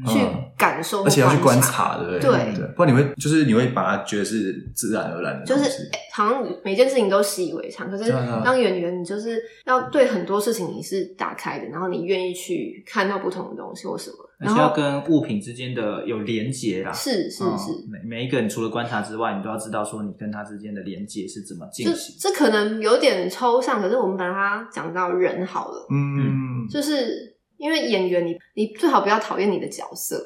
A: 嗯
C: 去
B: 嗯
C: 感受，
B: 而且要去观，察，对不
C: 对
B: 对，不然你会就是你会把它觉得是自然而然的
C: 就
B: 东
C: 是
B: 西，
C: 哎好像每件事情都习以为常。可是
B: 对啊
C: 当演员，你就是要对很多事情你是打开的，然后你愿意去看到不同的东西或什么，
A: 而
C: 然
A: 且要
C: 后
A: 跟物品之间的有连接啦。
C: 是是
A: 嗯
C: 是，
A: 每每一个人除了观察之外，你都要知道说你跟他之间的连接是怎么进
C: 这
A: 行。
C: 这可能有点抽象，可是我们把它讲到人好了，
B: 嗯，
C: 就是因为演员你，你最好不要讨厌你的角色，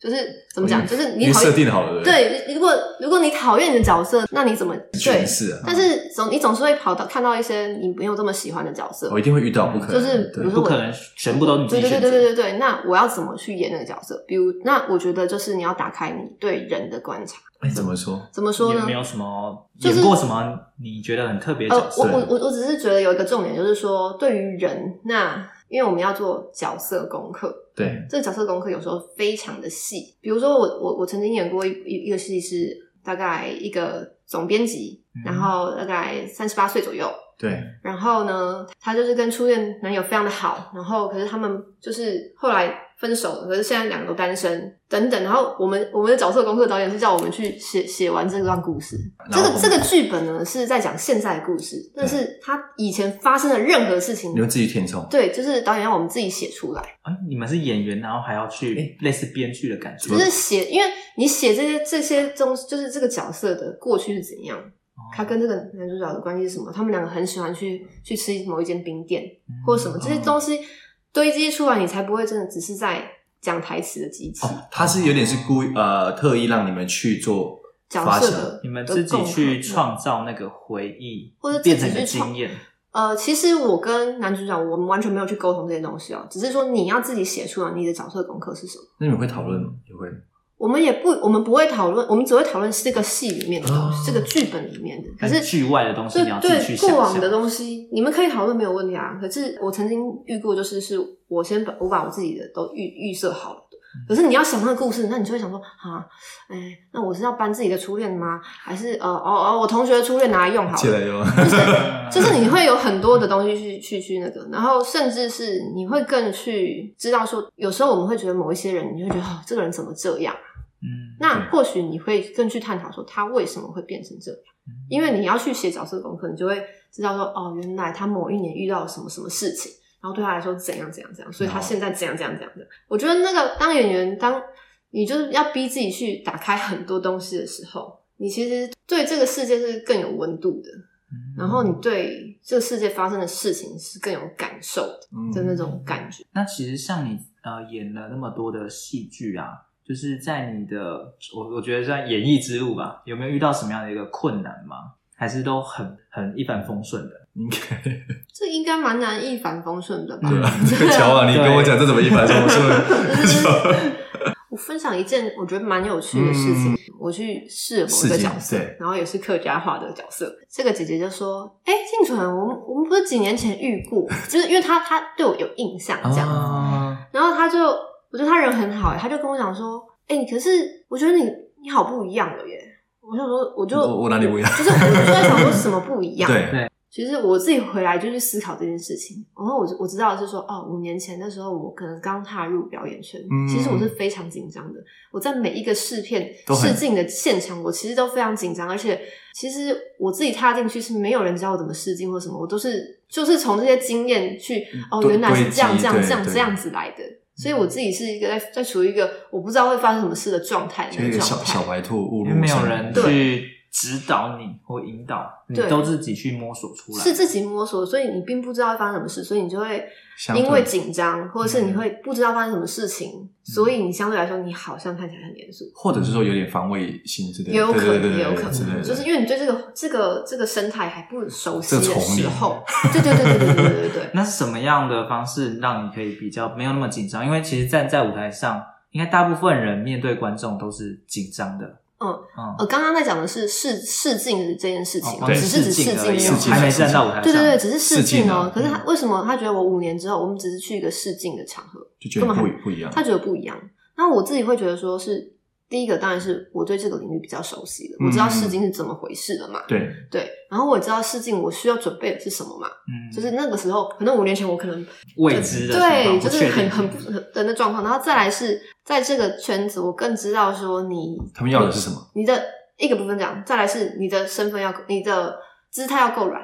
C: 就是怎么讲，就是
B: 因
C: 你
B: 为
C: 讨
B: 设
C: 厌
B: 定好了，
C: 对，如果如果你讨厌你的角色，那你怎么对
B: 诠？释啊，
C: 但是总你总是会跑到看到一些你没有这么喜欢的角色
B: 我，一定会遇到不可能，
C: 就是比
B: 对
C: 如说
A: 不
C: 我
A: 可能全部都是你自
C: 对
A: 己
C: 对对
A: 选
C: 对
A: 择。
C: 对对对，那我要怎么去演那个角色？比如，那我觉得就是你要打开你对人的观察，
B: 哎怎么说？
C: 怎么说
A: 有
C: 呢？
A: 没有什么
C: 就是
A: 演过什么你觉得很特别的
C: 呃
A: 角，
C: 我
A: 色？
C: 我我我只是觉得有一个重点，就是说对于人，那因为我们要做角色功课，
B: 对，
C: 这个角色功课有时候非常的细。比如说我我我曾经演过一一一个戏是大概一个总编辑，
A: 嗯
C: 然后大概三十八岁左右，
B: 对，
C: 然后呢，她就是跟初恋男友非常的好，然后可是他们就是后来。分手了，可是现在两个都单身，等等。然后我们我们的角色功课导演是叫我们去写写完这段故事，这
B: 然后
C: 个这个剧本呢是在讲现在的故事，但是它以前发生的任何事情
B: 你，会自己填充，
C: 对，就是导演让我们自己写出来，
A: 啊，你们是演员，然后还要去类似编剧的感觉，
C: 就是写，因为你写这些这些东西，就是这个角色的过去是怎样，
A: 哦
C: 他跟这个男主角的关系是什么，他们两个很喜欢去去吃某一间冰店或者什么，这
A: 哦嗯
C: 些东西堆积出来，你才不会真的只是在讲台词的机器，
B: 他是有点是故意呃特意让你们去做
C: 角色
B: 发想
C: 的
A: 你们自己去，创造那个回忆，
C: 或者自己
A: 变成你的
C: 去创
A: 经验。
C: 呃，其实我跟男主角，我们完全没有去沟通这些东西哦，只是说你要自己写出来你的角色功课是什么。
B: 那你们会讨论吗？也会，
C: 我们也不，我们不会讨论，我们只会讨论这个戏里面的东西，
B: 哦
C: 这个剧本里面的。可
A: 但
C: 是
A: 剧外的东西你要自
C: 对
A: 己去
C: 对
A: 想
C: 过往
A: 象
C: 的。东西，你们可以讨论没有问题啊。可是我曾经遇过，就是是我先把我把我自己的都预预设好了。
A: 嗯
C: 可是你要想那个故事，那你就会想说啊，哎，那我是要搬自己的初恋吗？还是呃，哦哦，我同学的初恋拿来用好
B: 借
C: 了？
B: 来用，
C: 就是你会有很多的东西去去去那个，然后甚至是你会更去知道说，有时候我们会觉得某一些人，你会觉得哦，这个人怎么这样？
A: 嗯，
C: 那或许你会更去探讨说他为什么会变成这样，因为你要去写角色功课，你就会知道说哦，原来他某一年遇到了什么什么事情，然后对他来说怎样怎样怎样，所以他现在怎样怎样怎样怎样。我觉得那个当演员，当你就是要逼自己去打开很多东西的时候，你其实对这个世界是更有温度的，然后你对这个世界发生的事情是更有感受的
B: 嗯
C: 的那种感觉。
A: 那其实像你呃演了那么多的戏剧啊，就是在你的我我觉得在演艺之路吧，有没有遇到什么样的一个困难吗？还是都很很一帆风顺的？
B: 应该
C: 这应该蛮难一帆风顺的吧？
A: 对 啊
B: 这个乔啊，你跟我讲这怎么一帆风顺？
C: 我分享一件我觉得蛮有趣的事情。我去试某一个角色
B: 嗯试镜对，
C: 然后也是客家话的角色。这个姐姐就说：“哎、静纯，我们我们不是几年前遇过，就是因为她她对我有印象这样。
B: 啊，
C: 然后她就我觉得她人很好、欸，她就跟我讲说：“哎、可是我觉得你你好不一样了耶。”我想说，我就
B: 我我哪里不一样
C: 就是我就在想说什么不一 样？
B: 对，
C: 其实我自己回来就去思考这件事情，然后我我知道的是说，哦，五年前的时候，我可能刚踏入表演圈，
B: 嗯
C: 其实我是非常紧张的。我在每一个试片
B: 都很
C: 试镜的现场，我其实都非常紧张，而且其实我自己踏进去是没有人教我怎么试镜或什么，我都是就是从这些经验去，哦，
B: 堆
C: 原来是这样
B: 嗯堆积
C: 这样这样
B: 对对嗯
C: 这样子来的。所以我自己是一个在在处于一个我不知道会发生什么事的状态，
B: 就
C: 那
B: 一
C: 个
B: 个
C: 状
B: 小
C: 态
B: 小白兔误
A: 因
B: 入
A: 为没有
B: 山
A: 人
B: 对
A: 去指导你或引导，你
C: 对
A: 都自己去摸索出来。
C: 是自己摸索，所以你并不知道会发生什么事，所以你就会
B: 相对嗯
C: 因为紧张，或者是你会不知道发生什么事情，所以你相对来说你好像看起来很严肃，
B: 或者是说有点防卫心之类的，
C: 也有可
B: 对对对
C: 能，
B: 对
C: 也有可
B: 之类
C: 能，
B: 的
C: 就是因为你对这个这个这个生态还不熟悉的
B: 这个丛林
C: 时候，对对对对对对对对 对，
A: 那是什么样的方式让你可以比较没有那么紧张？因为其实站在舞台上，应该大部分人面对观众都是紧张的。
C: 嗯
A: 嗯，
C: 呃，刚刚在讲的是试试镜的这件事情
A: 哦
C: 嘛，
A: 光
C: 只是只
A: 试镜
C: 试
A: 而已
C: 镜
A: 哦
C: 而
B: 镜
C: 已
A: 还没站到舞台上。
C: 对对对，只是试
B: 试镜
C: 镜哦
B: 啊。
C: 可是他为什么他觉得我五年之后，我们只是去一个试镜的场合，
B: 就觉得
C: 根
B: 不
C: 本
B: 不一样
C: 他。觉得不一样。那我自己会觉得说是第一个，当然是我对这个领域比较熟悉了，我知道
B: 嗯
C: 试镜是怎么回事的嘛，
B: 对，
C: 对。然后我也知道试镜我需要准备的是什么嘛，
A: 嗯，
C: 就是那个时候可能五年前我可能
A: 未知的情况
C: 对，
A: 不
C: 就是
A: 确
C: 很
A: 定
C: 很不很的那状况。然后再来是在这个圈子，我更知道说你
B: 他们要的是什么
C: 你的一个部分讲，再来是你的身份要够你的姿态要够软，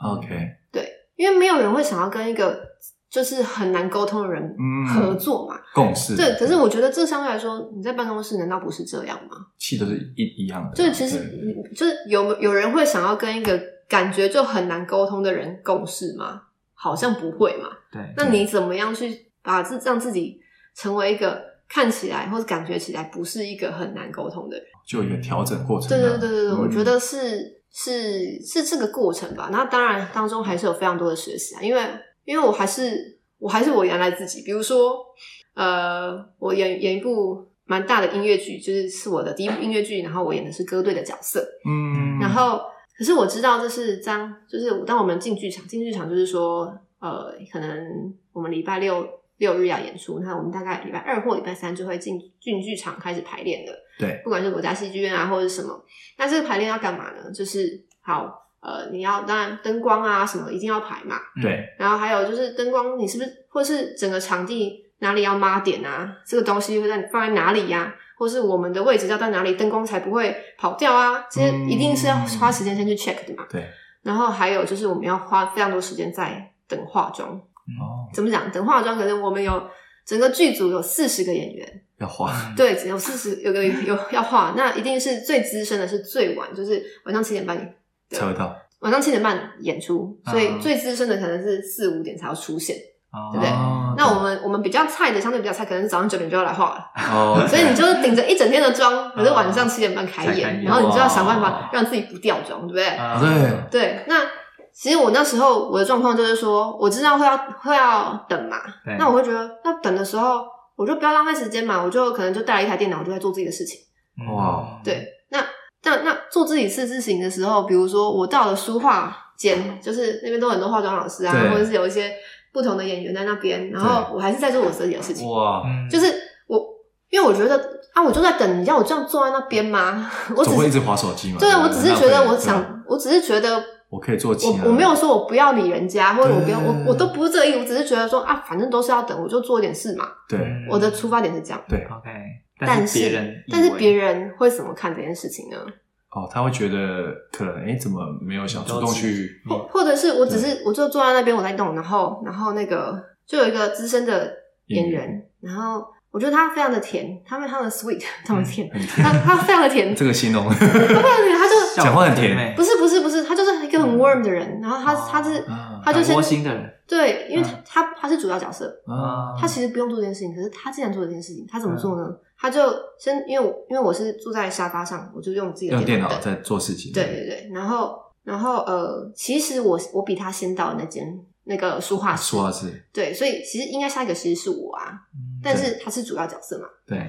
B: ？OK，
C: 因为没有人会想要跟一个就是很难沟通的人
B: 嗯
C: 合作嘛。
B: 共识。
C: 对，可是我觉得这相对来说，你在办公室难道不是这样吗？
B: 气都是一一样的嘛。
C: 就是其实
B: 对
C: 你就是有有人会想要跟一个感觉就很难沟通的人共事吗？好像不会嘛。
A: 对，
C: 那你怎么样去把自让自己成为一个看起来或者感觉起来不是一个很难沟通的人？
B: 就有一个调整过程
C: 对
B: 啊。
C: 对对对对，
B: 嗯
C: 我觉得是是是这个过程吧。那当然当中还是有非常多的学习啊，因为因为我还是我还是我原来自己，比如说呃，我演演一部蛮大的音乐剧，就是是我的第一部音乐剧，然后我演的是歌队的角色，
B: 嗯，
C: 然后，可是我知道这是当，就是当我们进剧场，进剧场就是说，呃，可能我们礼拜六六日要演出，那我们大概礼拜二或礼拜三就会进进剧场开始排练了。
B: 对，
C: 不管是国家戏剧院啊，或者是什么，那这个排练要干嘛呢？就是好。呃，你要当然灯光啊什么一定要排嘛，
B: 对，
C: 然后还有就是灯光，你是不是或是整个场地哪里要抹点啊？这个东西会在放在哪里呀、或是我们的位置要在哪里，灯光才不会跑掉啊？这些
A: 嗯
C: 一定是要花时间先去 check 的嘛。
B: 对。
C: 然后还有就是我们要花非常多时间在等化妆，
A: 嗯
B: 哦，
C: 怎么讲？等化妆可能我们有整个剧组有四十个演员，
A: 嗯
B: 要花，
C: 对，只有四十有个有要化，那一定是最资深的是最晚，就是晚上七点半
B: 才会到，
C: 晚上七点半演出，所以
A: 嗯
C: 最资深的可能是四五点才要出现。
A: 哦
C: 对不对
B: 哦
C: 那我们我们比较菜的，相对比较菜，可能是早上九点就要来画了，
B: 哦，
C: 所以你就是顶着一整天的妆，可是晚上七点半开
A: 哦才开演
C: 演，
A: 哦
C: 然后你就要想办
B: 哇
C: 法让自己不掉妆，对不对？
A: 啊
B: 对
C: 对，那其实我那时候我的状况就是说，我知道会要会要等嘛，
A: 对
C: 那我会觉得，那等的时候我就不要浪费时间嘛，我就可能就带了一台电脑，我就在做自己的事情。
A: 嗯
B: 哇
C: 对，那那那做自己事事情的时候，比如说我到了书画间，就是那边都有很多化妆老师啊
B: 对，
C: 或者是有一些不同的演员在那边，然后我还是在做我自己的事情，
B: 哇，
A: 嗯
C: 就是我因为我觉得啊，我就在等，你叫我这样坐在那边吗？ 我只
B: 总会一
C: 是
B: 直划手机嘛。
C: 对，啊
B: 吧
C: 我只是觉得我，
B: 浪费对吧啊
C: 想，我只是觉得。
B: 我可以做其他的
C: 我我没有说我不要理人家，或者我不要
B: 对
C: 我我都不是这个意思，我只是觉得说啊，反正都是要等，我就做一点事嘛。
B: 对，
C: 我的出发点是这样，
A: 嗯 OK，
C: 但
A: 是别人以为，
C: 但是别人会怎么看这件事情呢？
B: 哦，他会觉得可能，哎，怎么没有想主动去？
A: 你
C: 或者是我只是我就坐在那边我在动，然后然后那个就有一个资深的演
B: 演
C: 员，然后我觉得他非常的甜，他们他的 sweet，他们甜，
B: 嗯很
C: 他他非常的甜，
B: 这个形容，
C: 他非常的甜，他就
A: 笑
B: 讲话很
A: 姐
B: 甜
A: 妹
C: 不是不是不是，他就是一个很 warm 的人，然后他
A: 哦
C: 他是
B: 啊
C: 他就
A: 很窝心
C: 是
A: 的人
C: 对，因为他他他是主要角色，
B: 啊
A: 嗯
C: 他其实不用做这件事情，可是他竟然做了这件事情，他怎么做呢？他就先因为我因为我是坐在沙发上，我就用自己的
B: 用电
C: 电
B: 脑
C: 等
B: 在做事情，
C: 对对对，然后然后呃，其实我我比他先到那间那个书画室，
B: 说话是，
C: 对，所以其实应该下一个其实是我
A: 嗯
C: 啊，但是他是主要角色嘛。
B: 对，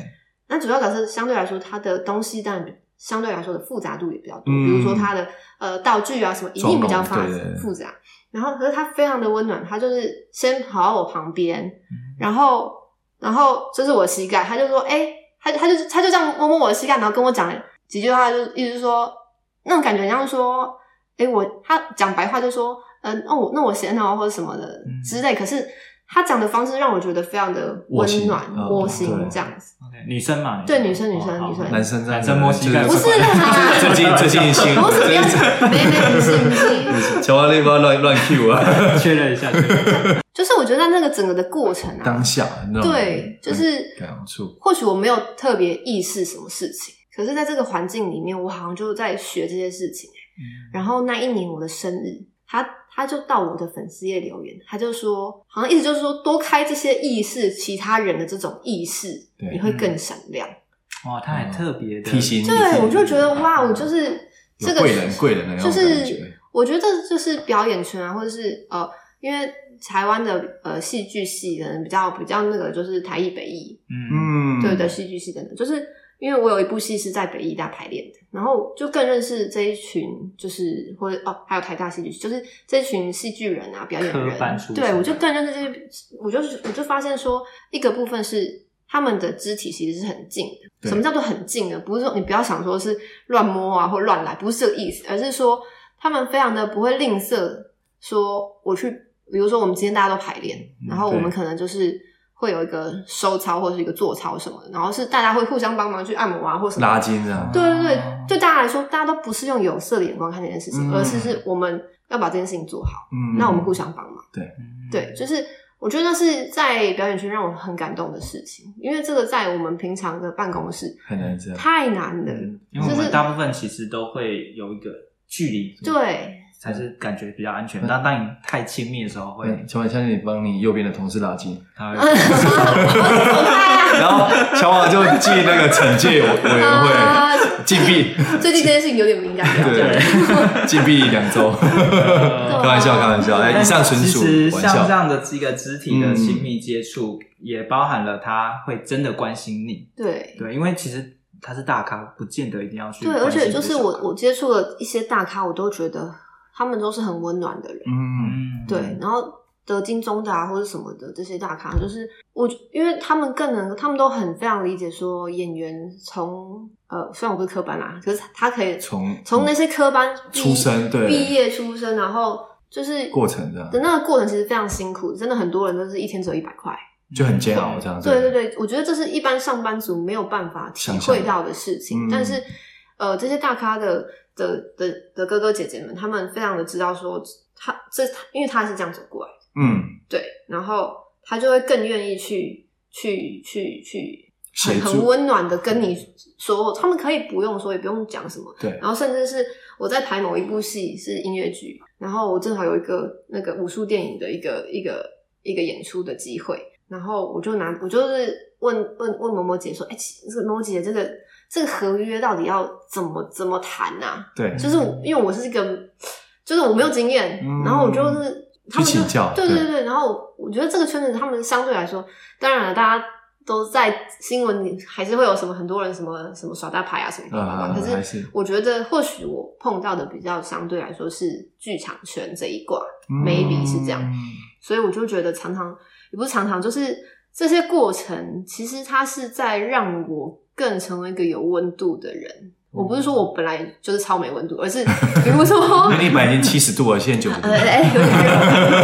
C: 那主要角色相对来说，他的东西当然相对来说的复杂度也比较多，
B: 嗯
C: 比如说它的呃道具啊什么一定比较
B: 装
C: 复
B: 潢对对对
C: 复杂。然后可是它非常的温暖，它就是先跑到我旁边，
B: 嗯
C: 然后然后就是我膝盖，他就说哎、他他就他就这样摸摸我的膝盖，然后跟我讲几句话，就意思说那种感觉，像说哎、我他讲白话就说嗯、哦我那我嫌哦或者什么的
A: 嗯
C: 之类，可是他讲的方式让我觉得非常的
B: 窝
C: 温
B: 心
C: 暖
B: 嗯
C: 窝心
B: 对
C: 这样子。
A: OK，女生嘛，
C: 对女生女生
A: 哦好
C: 女生
B: 男生在
A: 男生摸膝盖
B: 就
C: 不是啦，
B: 最近最近新
C: 不是不要，没没不是不 是，
B: 乔安那帮乱乱 Q 啊，
A: 确认一下，确认一下
C: 就是我觉得那个整个的过程啊
B: 当，下你知道吗？
C: 对，就是
B: 感触。
C: 或许我没有特别意识什么事情，可是在这个环境里面，我好像就在学这些事情。
B: 嗯
C: 然后那一年我的生日，他他就到我的粉丝页留言，他就说，好像意思就是说，多开这些意识，其他人的这种意识，
B: 对嗯
C: 你会更闪亮。
A: 哇，他还特别的
B: 提醒你
C: 对，我就觉得哇，我就是
B: 有
C: 这个
B: 贵人贵人的那
C: 就
B: 种感觉
C: 是我觉得就是表演圈啊，或者是呃，因为台湾的呃戏剧系可能比较比较那个，就是台艺北艺，
A: 嗯，
B: 嗯，
C: 对对，戏剧系等等，就是因为我有一部戏是在北艺大排练的，然后就更认识这一群，就是或者哦，还有台大戏剧系，就是这群戏剧人啊，表演
A: 科班出身
C: 人，对我就更认识这些，我就是我就发现说，一个部分是。他们的肢体其实是很近的。
B: 对
C: 什么叫做很近呢？不是说你不要想说是乱摸啊或乱来，不是这个意思，而是说他们非常的不会吝啬，说我去，比如说我们今天大家都排练，
A: 嗯
C: 然后我们
B: 对
C: 可能就是会有一个收操或者是一个坐操什么的，然后是大家会互相帮忙去按摩啊或什么的
B: 拉筋这样，
C: 对对对
A: 哦，
C: 对大家来说，大家都不是用有色的眼光看这件事情，
B: 嗯
C: 而是是我们要把这件事情做好，
B: 嗯
C: 那我们互相帮忙。
A: 嗯
C: 对，就是我觉得那是在表演圈让我很感动的事情，因为这个在我们平常的办公室
B: 很难这样。
C: 太难了。
B: 嗯
A: 因为我
C: 就
A: 们
C: 是
A: 大部分其实都会有一个距离，，
C: 对，
A: 才是感觉比较安
C: 嗯
A: 全。但当你太亲密的时候，会
B: 嗯乔安，下次你帮你右边的同事拉筋，
A: 他
C: 我
A: 会
C: 很爱
B: 然后乔王就进那个惩戒委委员嗯会
C: 啊
B: 禁闭，
C: 最近这件事情有点敏感，不要这样
B: 对，禁闭两 周，
C: 啊
B: 开玩笑，开玩笑，哎，以上纯属
A: 呃其实
B: 玩
A: 像这
B: 笑，嗯
A: 样的一个肢体的亲密接触，也包含了他会真的关心你。
C: 对。
A: 对，因为其实他是大咖，不见得一定要去
C: 对，
A: 关心
C: 而
A: 你的小
C: 且
A: 咖。
C: 就是我我接触了一些大咖，我都觉得他们都是很温暖的人。
B: 嗯，
A: 嗯，
C: 对，然后得金钟的啊或者什么的这些大咖，就是我因为他们更能，他们都很非常理解说演员从呃虽然我不是科班啦，可是他可以
B: 从嗯
C: 从那些科班毕
B: 出身对
C: 毕业出身，然后就是
B: 过程这样
C: 的那个过程其实非常辛苦，真的很多人都是一天只有一百块。
B: 就很煎熬这样子，
C: 对对对，我觉得这是一般上班族没有办法体
B: 想象
C: 会到的事
B: 嗯
C: 情。但是，呃，这些大咖的的的的哥哥姐姐们，他们非常的知道说，他这他因为他是这样走过来的，
B: 嗯，
C: 对，然后他就会更愿意去去去去很
B: 协助嗯
C: 很温暖的跟你说，他们可以不用说，也不用讲什么。
B: 对，
C: 然后甚至是我在排某一部戏是音乐剧，然后我正好有一个那个武术电影的一个一个一个演出的机会，然后我就拿我就是问问问某某姐说，哎、其这个某某姐这个这个合约到底要怎么怎么谈啊？
B: 对，
C: 就是我因为我是一个，就是我没有经验，
B: 嗯
C: 然后我就是他们
B: 去
C: 就
B: 请教
C: 对
B: 对
C: 对对，然后我觉得这个圈子他们相对来说，当然了，大家都在新闻里还是会有什么很多人什么什么耍大牌啊什么的、
B: 啊
C: 可
B: 还是
C: 我觉得或许我碰到的比较相对来说是剧场圈这一挂，maybe 是这样所以我就觉得常常也不是常常，就是这些过程，其实它是在让我更成为一个有温度的人。我不是说我本来就是超没温度，而是比如 说
B: 嗯那，你本来已经七十度了，现在九十度
C: 呃，，哎、有点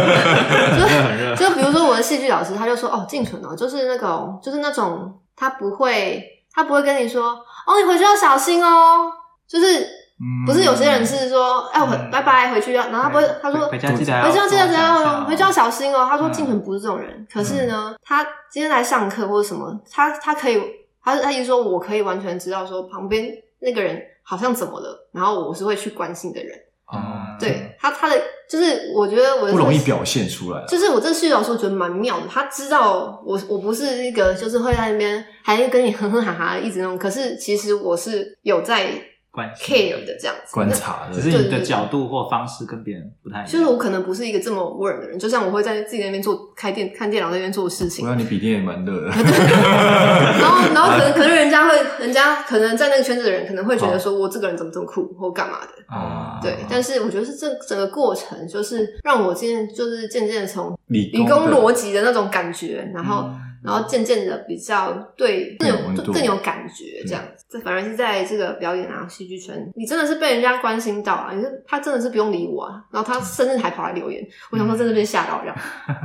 A: 很热
C: 热，就就比如说我的戏剧老师，他就说，哦，静纯哦，就是那种，就是那种，他不会，他不会跟你说，哦，你回去要小心哦，就是
B: 嗯
C: 不是有些人是说，哎，我回
A: 嗯
C: 拜拜，回去要，然后他啊不会，他说
A: 回家记得要
C: 回家记得
A: 多
C: 怎
A: 想一
C: 样，
A: 下
C: 回家要小心哦。他说
A: 嗯
C: 静纯不是这种人，可是呢，他今天来上课或者什么，他他可以，他他一直说我可以完全知道说旁边那个人好像怎么了，然后我是会去关心的人。
B: 哦，
C: 对他他的就是我觉得我的
B: 不容易表现出来，啊
C: 就是我这个室友老师，我觉得蛮妙的。他知道我，我不是一个就是会在那边还跟你哼哼哈哈一直弄，可是其实我是有在
A: 关系
C: care 的这样子。
B: 观察
A: 只
B: 的，
A: 是你的角度或方式跟别人不太一样。
C: 就是我可能不是一个这么 word 的人，就像我会在自己那边做开电看电脑那边做事情
B: 我，让你笔电也蛮 热的，
C: 然后然后可能可能人家会人家可能在那个圈子的人可能会觉得说我这个人怎么这么酷或干嘛的，
B: 啊
C: 对。但是我觉得是这整个过程就是让我渐就是渐渐地从
B: 理
C: 理
B: 工
C: 工
B: 的
C: 逻辑的那种感觉，然后
A: 嗯
C: 然后渐渐的比较对
B: 更
C: 更
B: 有
C: 有
B: 温度
C: 更有感觉这样子。这反而是在这个表演啊戏剧圈，你真的是被人家关心到啊，你是他真的是不用理我啊，然后他甚至还跑来留言，我想说真的被吓到这样。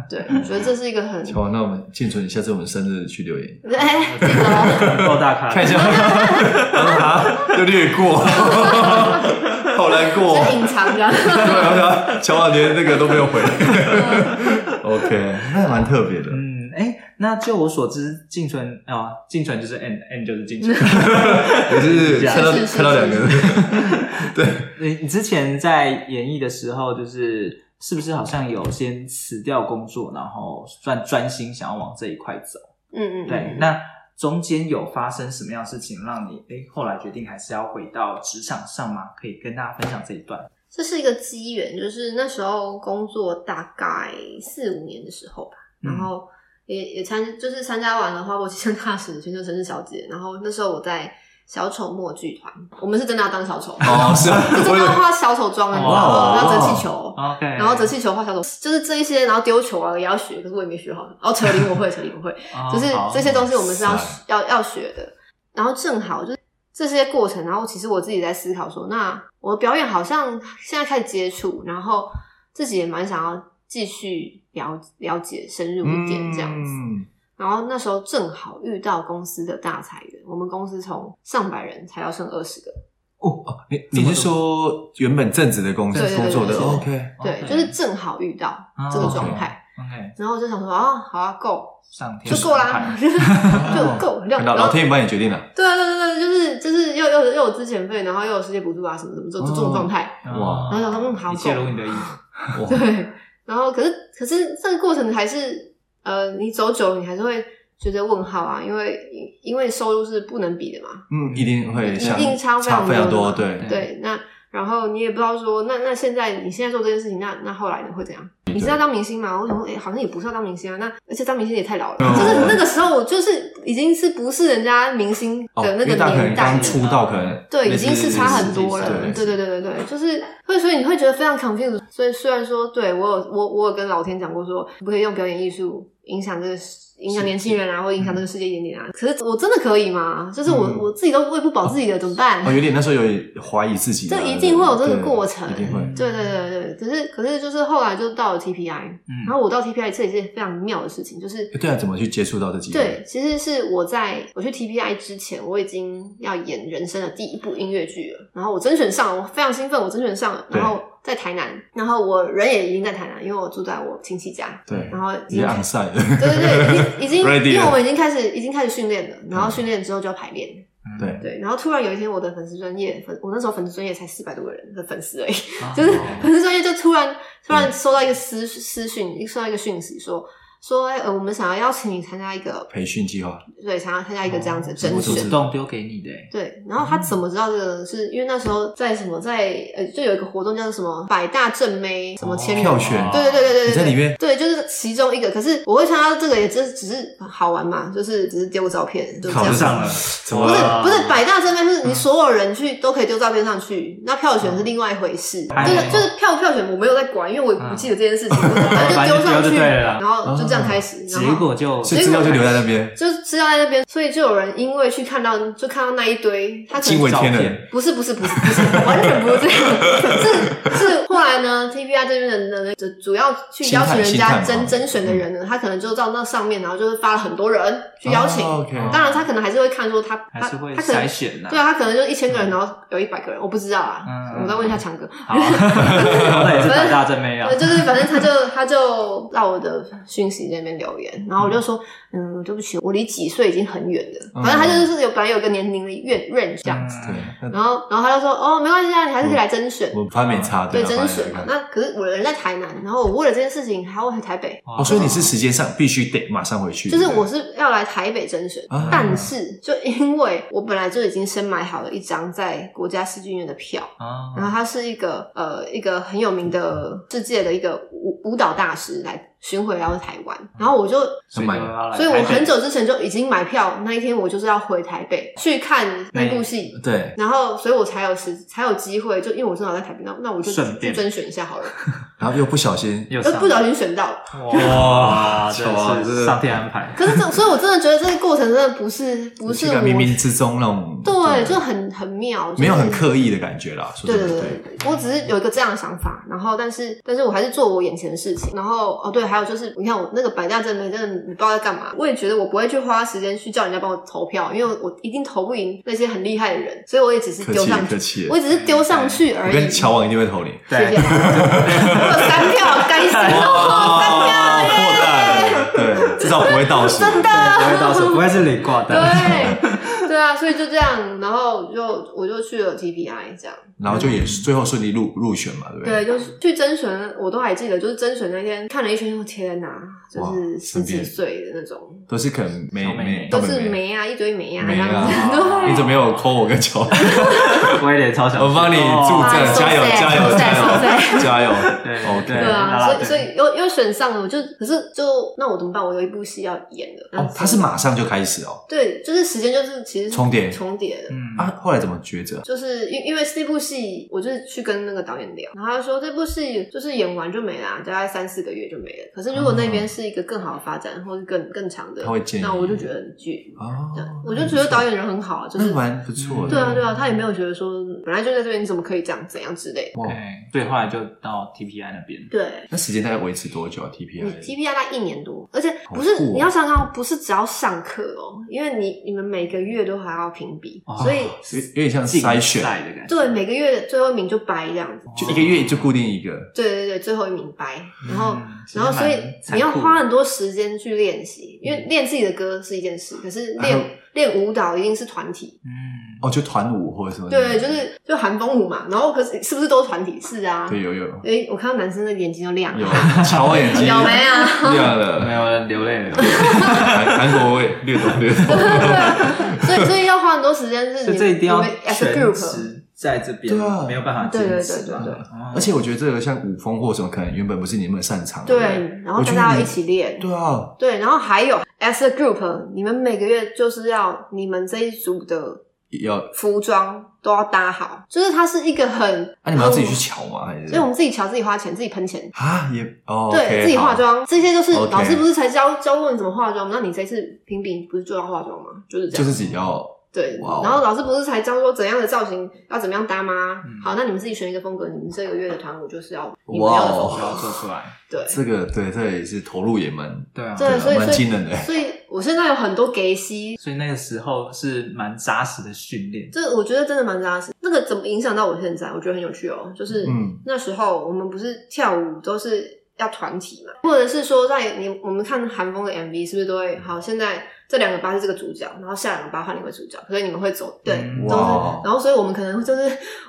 C: 对，我觉得这是一个很
B: 好，那我们建存，下次我们生日去留言，
C: 哎这个 哦。
A: 够大咖，
B: 看一下，啊就略过， 好难过
C: 就隐藏着。
B: 对啊，乔瓦连那个都没有回。OK，那蛮特别的。
A: 嗯，哎，那就我所知，静存啊，静存就是 N N 就是静存。
B: 我是
A: 是
B: 看到
C: 是是
B: 看到两个人，对，
A: 你你之前在演艺的时候，就是是不是好像有先辞掉工作，然后算专心想要往这一块走？
C: 嗯嗯，
A: 对，那中间有发生什么样的事情让你哎后来决定还是要回到职场上吗？可以跟大家分享这一段。
C: 这是一个机缘，就是那时候工作大概四五年的时候吧，
A: 嗯
C: 然后也也参就是参加完了花博气象大使的全球城市小姐，然后那时候我在小丑墨剧团，我们是真的要当小丑，
B: 哦， 是啊，
C: 是
B: 我哦
C: 真的要
B: 有
C: 画小丑妆的，你知道
B: 哇
C: 吗？然后折气球。
A: OK，
C: 然
B: 哎
C: 后折气球、画小丑，就是这一些，然后丢球啊也要学，可是我也没学好。哦，扯铃我会，扯铃我会，
A: 哦
C: 就是
A: 好
C: 这些东西我们是要
B: 塞
C: 要要学的。然后正好就是这些过程，然后其实我自己在思考说，那我的表演好像现在开始接触，然后自己也蛮想要继续了了解深入一点这样子。
B: 嗯
C: 然后那时候正好遇到公司的大裁员，我们公司从上百人才要剩二十个，
B: 哦，你你是说原本正职的工作
C: 对对对
B: 工作的哦
C: 对对对
B: OK？
C: 对
A: OK 啊
C: 就是正好遇到
A: 哦
C: 这个状态。
A: OK
C: 然后我就想说啊，好啊，够
A: 上天
C: 就够啦， 就够，让
B: 老
C: 让
B: 老天爷帮你决定 了，
C: 对啊对对对，就是就是又又又有资遣费，然后又有失业补助啊，什么什么这这
B: 哦
C: 种状态。
B: 哇
C: 然后想说嗯好
A: 一切如你的意。
B: 哇
C: 对，然后可是可是这个过程还是呃，你走久了你还是会觉得问号啊，因为因因为收入是不能比的嘛。
B: 嗯，一定会
C: 一
B: 像
C: 定差非常
B: 非常多，
C: 多的
B: 对，
C: 对，那然后你也不知道说，那那现在你现在做这件事情，那那后来呢会怎样？你是要当明星吗？我想说，哎、好像也不是要当明星啊。那而且当明星也太老了，
B: 嗯
C: 就是那个时候我就是已经是不是人家明星
B: 哦，
C: 的那
B: 因为
C: 个
B: 大家可
C: 年
B: 能
C: 代
B: 刚
C: 了。
B: 出道，可能
C: 对，已
B: 类似
C: 经是差很多了。
B: 对
C: 对对对对对，就是会，所以你会觉得非常 confused。所以虽然说，对我有我我有跟老天讲过说，不可以用表演艺术影响这个世影响年轻人啊，或影响这个世界一点点啊。可是我真的可以吗？就是我、
B: 嗯
C: 我自己都喂不饱自己的，怎么办？
B: 哦，有点那时候有点怀疑自己嘛，
C: 这一定会有这个
B: 对
C: 过程
B: 一定会。
C: 对对对对，可是可是就是后来就到了 TPI，、
A: 嗯
C: 然后我到 TPI 这也是非常妙的事情，就是
B: 对啊，怎么去接触到这几个？
C: 对，其实是我在我去 TPI 之前，我已经要演人生的第一部音乐剧了。然后我甄选上了，我非常兴奋，我甄选上了。
B: 对
C: 然后在台南，然后我人也已经在台南，因为我住在我亲戚家，
B: 对，
C: 然后已
B: 也
C: 经
B: 昂赛了，
C: 对对对，已经 已
B: Ready
C: 经，因为
B: 了嗯
C: 我们已经开始已经开始训练了，然后训练之后就要排练。
A: 嗯
B: 对，
C: 对，然后突然有一天，我的粉丝专业粉，我那时候粉丝专业才四百多个人的粉丝而已， 就是
B: 哦
A: 哦
C: 粉丝专业就突
B: 嗯
C: 然突然收到一个私私讯，收到一个讯息说说，哎、呃我们想要邀请你参加一个
B: 培训计划，
C: 对，想要参加一个这样子的
A: 是
C: 甄
A: 我
B: 哦是
A: 主
C: 选。
A: 动丢给你的哎
C: 对，然后他怎么知道这个？是因为那时候在什么在呃，就有一个活动叫做什么百大正妹什么千人
B: 票选
C: 对对对对对，
B: 哦你在里面
C: 对，就是其中一个。可是我会参加这个，也只只是好玩嘛，就是只是丢照片，就这
B: 考
C: 样
B: 试
C: 子。
A: 上了
B: 怎
C: 不
B: 么
C: 是
B: 了？嗯
A: 哇
C: 不是，百大正妹是你所有人去都可以丢照片上去，那票选是另外一回事。
A: 哎
C: 这个就是票不票选我没有在管，因为我也
B: 嗯
C: 不记得这件事情，我
A: 反
C: 反
A: 正就 丢
C: 正就丢上
A: 就
C: 去，
A: 对了啦
C: 然后就这样开始。
B: 哦
C: 然
A: 结
C: 后
A: 果就
B: 所以资料就留在那边，
C: 就是资料在那边，所以就有人因为去看到，就看到那一堆，他可
B: 惊
C: 能
B: 为天
A: 照
B: 人
A: 片。
C: 不是不是不是不是，完全不是这 样，是是后来呢，TPI 这边的人呢，就主要去邀请人
B: 心态
C: 家
B: 嘛嗯
C: 甄甄选的人呢，他可能就到那上面，然后就是发了很多人去邀请，
B: 哦，OK
C: 当然他可能还是会看说他
A: 还
C: 他
A: 是会
C: 他可能
A: 筛选呐。
C: 对啊，他可能就一千个人，然后有一百个人，我不知道啊，
A: 嗯
C: 我再问一下强哥。
A: 好， 那也是百大正妹啊
C: 对，。就是 反正他就他就到我的讯息那边留言，然后我就说，嗯，对不起，我离几岁已经很远了。
B: 嗯
C: 反正他就是有本来有个年龄的愿 range 这样子，
B: 对，那
C: 然后然后他就说，哦，没关系啊，你还是可以来甄选，
B: 嗯我们攀没差，
C: 对，
B: 啊
C: 甄
B: 攀
C: 选
B: 没
C: 嘛
B: 差。
C: 那可是我人在台南，然后我为了这件事情还要回台北，
A: 哇
B: 哦哦，所以你是时间上必须得马上回去，
C: 就是
B: 对
C: 我是要来台北甄选，
B: 啊
C: 但是就因为我本来就已经先买好了一张在国家戏剧院的票，
A: 啊
C: 然后他是一个呃一个很有名的世界的一个舞舞蹈大师来巡回来到台湾，然后我就
A: 所以就要来
C: 所以我
A: 台北
C: 很久之前就已经买票，那一天我就是要回台北去看那部戏，
B: 对，
C: 然后所以我才有时才有机会，就因为我正好在台北，那那我就
A: 顺便
C: 去甄选一下好了，
B: 然后又不小心，
A: 有
C: 就
A: 上
C: 不小心选到了。
A: 哇，
B: 哇巧啊
A: 这
B: 真的
A: 是上天安排，
C: 可是这，所以我真的觉得这个过程真的不是不是
B: 这
C: 我
B: 个冥冥之中那种，
C: 对，就很很妙，就是
B: 没有很刻意的感觉啦。说
C: 对
B: 真
C: 对
B: 的
C: 对对，对我只是有一个这样的想法，然后但是但是我还是做我眼前的事情，然后哦对，还有就是你看我那个百家争鸣，真的你不知道在干嘛，我也觉得我不会去花时间去叫人家帮我投票，因为我一定投不赢那些很厉害的人，所以我也只是
B: 客
C: 丢
B: 气
C: 上
B: 客
C: 去，
B: 气。
C: 我也只是丢上去而
B: 我
C: 已。
B: 跟乔王一定会投你。
C: 谢谢，
A: 对，
C: 我有三票，该死，我有三票耶
B: 哦扩！大了，对，至少不会倒数。
C: 哎真的
A: 不会到手， 不会是零挂单，
C: 对对啊，所以就这样，然后我就我就去了 TPI 这样，
B: 然后就也是最后顺利入入选嘛，对不
C: 对，
B: 对？
C: 就是去甄选，我都还记得，就是甄选那天看了一圈，我天哪，就
B: 哇
C: 是十
B: 身边
C: 几岁的那种，
B: 都是可能没
A: 小妹
B: 没
C: 都
B: 根
C: 是
B: 本没
C: 梅啊，一堆梅啊这
B: 没
C: 样
B: 啊
C: 子，对。
B: 你怎么没有扣我跟乔？
A: 威廉超想，
B: 我帮你助
A: 哦
B: 阵，
C: 哇
B: 加油
C: 收拾
B: 加油
C: 收拾
B: 加
C: 收
B: 油加油
A: 对
C: 对
A: 啦
B: ！OK，
A: 啦
C: 啊，所以
A: 队
C: 所以又又选上了，我就可是就那我怎么办？我有一部戏要演的，
B: 哦，他是马上就开始哦。
C: 对，就是时间就是其实是
B: 重叠
C: 重叠的，
A: 嗯
B: 啊，后来怎么抉择？
C: 就是因因为是那部戏，我就是去跟那个导演聊，然后他说这部戏就是演完就没啦，大概三四个月就没了。可是如果那边是一个更好的发展，或是更更长的
B: 哦他会建，议
C: 那我就觉得很剧。
B: 哦
C: 对，我就觉得导演人很好啊，就是
B: 那蛮不错的。
C: 对啊对啊，他也没有觉得说本来就在这边，你怎么可以这样怎样之类的。
B: 哇，
A: 对，所以后来就到 TPI 那边，
C: 对，
B: 那时间大概维持多久啊
C: 你
B: ？TPI
C: TPI 大概一年多，而且不
B: 好
C: 是
B: 酷哦
C: 你要想想看，不是只要上课哦，因为你你们每个月都还要评比
B: 啊
A: 哦，
C: 所以
B: 有有点像
A: 竞
B: 筛选，
A: 赛的感觉，
C: 对每个月最后一名就白这样子。
B: 就一个月就固定一个。
C: 对对对，最后一名白，然后、
A: 嗯
C: 然后所以你要
A: 其实蛮残
C: 花
A: 酷的
C: 很多时间去练习，因为练自己的歌是一件
B: 嗯
C: 事，可是练、
B: 然后
C: 练舞蹈一定是团体，
A: 嗯，
B: 哦，就团舞或者什么的？
C: 对，就是就韩风舞嘛，然后可是是不是都是团体？是啊，
B: 对有有
C: 诶，我看到男生的眼睛就亮
B: 有
C: 了，，
B: 瞧我眼睛
C: 有 没有？
B: 亮了，
A: 没有人流泪了，
B: 韩韩国味略懂略懂。
C: 对啊，所以所以要花很多时间是
A: 所
C: 你
A: 以这一定要
C: 你们 as a
A: 全
C: group，
A: 职在这边
B: 对啊，
A: 没有办法
C: 对对
A: 兼
C: 对
A: 职
C: 对
A: 啊，
C: 对
A: 哦
B: 而且我觉得这个像舞风或什么，可能原本不是你们擅长的。
C: 对，然后
B: 我觉
C: 大
B: 得
C: 家要
B: 你
C: 一起练，
B: 对啊，
C: 对，然后还有 as a group，你们每个月就是要你们这一组的
B: 要
C: 服装都要搭好，就是它是一个很，
B: 啊，你们要自己去瞧吗？还
C: 所
B: 是
C: 哦以我们自己瞧、自己花钱、自己喷钱，
B: 啊也哦，
C: 对
B: OK，
C: 自己化
B: 好
C: 妆，这些都是
B: OK
C: 老师不是才教教过你怎么化妆吗？那你这次评比不是就要化妆吗？就是这
B: 就
C: 样，
B: 是自己要
C: 对。
B: 哇哦
C: 然后老师不是才教说怎样的造型要怎么样搭吗？
A: 嗯
C: 好，那你们自己选一个风格，你们这个月的团舞就是要你们
B: 哇
C: 要的风
B: 哦
A: 就要做出来，
C: 对。
B: 这个对，这也是投入也蛮
A: 对啊，
C: 对，所以
B: 蛮
C: 所
B: 惊
C: 以
B: 人的。
C: 所以我现在有很多给息，
A: 所以那个时候是蛮扎实的训练，
C: 这我觉得真的蛮扎实。那个怎么影响到我现在？我觉得很有趣哦，就是
B: 嗯，
C: 那时候我们不是跳舞都是要团体嘛，或者是说在你我们看韩风的 MV 是不是都会好？现在这两个八是这个主角，然后下两个八换另一个主角，所以你们会走对，
A: 嗯
C: 都是
B: 哇。哦
C: 然后所以我们可能就是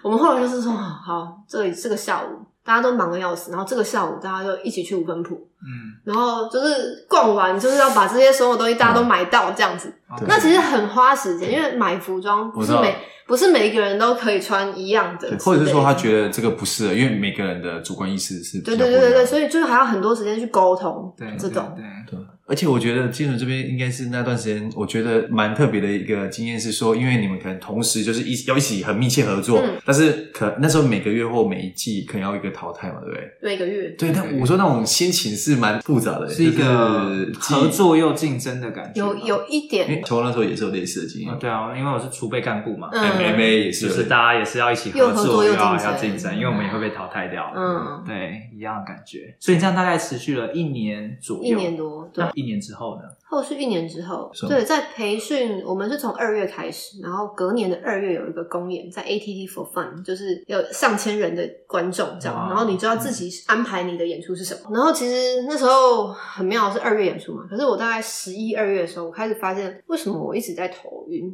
C: 我们后来就是说，好，这里这个下午大家都忙得要死，然后这个下午大家就一起去五分铺，
A: 嗯，
C: 然后就是逛完就是要把这些所有东西大家都买到这样子。
B: 对
C: 那其实很花时间，因为买服装不
B: 我知
C: 是
B: 道
C: 每不是每一个人都可以穿一样的之
B: 对
C: 类的，
B: 或者是说他觉得这个不适合，因为每个人的主观意识是比
C: 对
B: 较
C: 对
B: 不
C: 对
B: 一
C: 对
B: 样
C: 对，
B: 的
C: 所以就是还要很多时间去沟通，
A: 对，
C: 这种
A: 对，对
B: 对，而且我觉得基准这边应该是那段时间，我觉得蛮特别的一个经验是说，因为你们可能同时就是一要一起很密切合作，
C: 嗯
B: 但是可那时候每个月或每一季可能要一个淘汰嘛，对不对？
C: 每个月
B: 对，但我说那种心情是蛮复杂的，
A: 是一个
B: 就是既
A: 合。作又竞争的感觉吧，
C: 有有一
B: 因为
C: 点
B: 乔王那时候也是有类似的经
A: 啊
B: 验，
A: 对啊，因为我是储备干部嘛，
C: 嗯
B: MMA 也
A: 就
B: 是有
A: 是大家也是要一起
C: 又
A: 合
C: 合作
A: 作，
C: 又
A: 又要
C: 竞争
A: 要竞争，因为我们也会被淘汰掉。
C: 嗯
A: 对，一样的感觉。所以这样大概持续了一年左右，
C: 一年多，对
A: 那，一年之后呢？
C: 后续一年之后
B: 是，吗
C: 对，在培训我们是从二月开始，然后隔年的二月有一个公演，在 ATT for Fun，就是有上千人的观众这
A: 哇
C: 样，然后你就要自己安排你的演出是什么。然后其实那时候很妙是二月演出嘛，可是我大概十一二月的时候，我开始发现为什么我一直在头晕，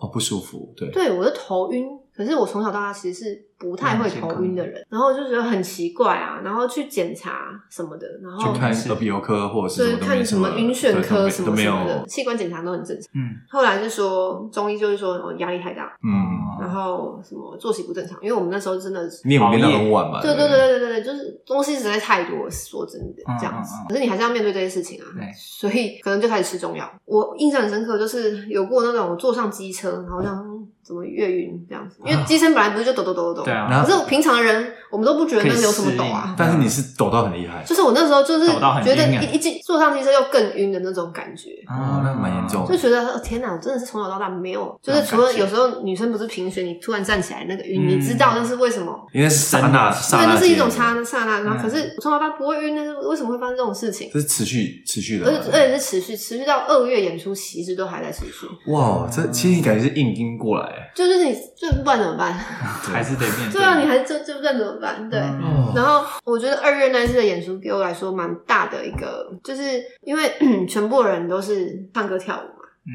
B: 哦，不舒服，对，
C: 对，我的头晕。可是我从小到大其实是不太会头晕的人，然后就觉得很奇怪啊，然后去检查什么的，然后
B: 去看
A: 是
B: 耳鼻喉科或者
C: 就是是
B: 什么都没
C: 看什么
B: 了
C: 晕眩科
B: 对
C: 什
B: 都
C: 么
B: 没
C: 什
B: 有
C: 么的，器官检查都很正常。
A: 嗯，
C: 后来就说中医就是说哦压力太大，
B: 嗯，
A: 哦
C: 然后什么作息不正常，因为我们那时候真的是
B: 你也没到很晚嘛，
C: 对对
B: 对
C: 对对对对，就是东西实在太多，说真的
A: 嗯
C: 这样子
A: 嗯嗯。
C: 可是你还是要面对这些事情啊
A: 对，
C: 所以可能就开始吃中药。我印象很深刻，就是有过那种坐上机车，然后像怎么越晕这样子，因为机身本来不是就抖抖抖抖抖
A: 对，啊，
B: 然
C: 可
B: 后
C: 是我平常人我们都不觉得那有什么抖啊。
B: 但是你是抖到很厉害，
C: 就是我那时候就是
A: 抖到很
C: 觉得
A: 晕啊
C: 一一进坐上机车又更晕的那种感觉，
B: 哦，那蛮严重的
C: 就。觉得、哦、天哪，我真的是从小到大没有，就是除了有时候女生不是贫血，你突然站起来那个晕，
A: 嗯
C: 你知道那是为什么
B: 因为是刹那，刹
C: 对，
B: 那
C: 那是一种
B: 间
C: 刹刹那，然后可
A: 嗯
C: 是我从小到大不会晕，但是为什么会发生这种事情？
B: 这是持续持续的
C: 而
B: 嘛，
C: 且而且是持续持续到二月演出，其实都还在持续，
B: 哇，这其实你感觉是硬盯过来，
C: 就是你这不然怎么办？
A: 还是得面对。
C: 对啊，你还这这不然怎么办？对。
A: 嗯
B: 哦，
C: 然后我觉得二月那一次的演出给我来说蛮大的一个，就是因为 全部人都是唱歌跳舞嘛，
A: 嗯，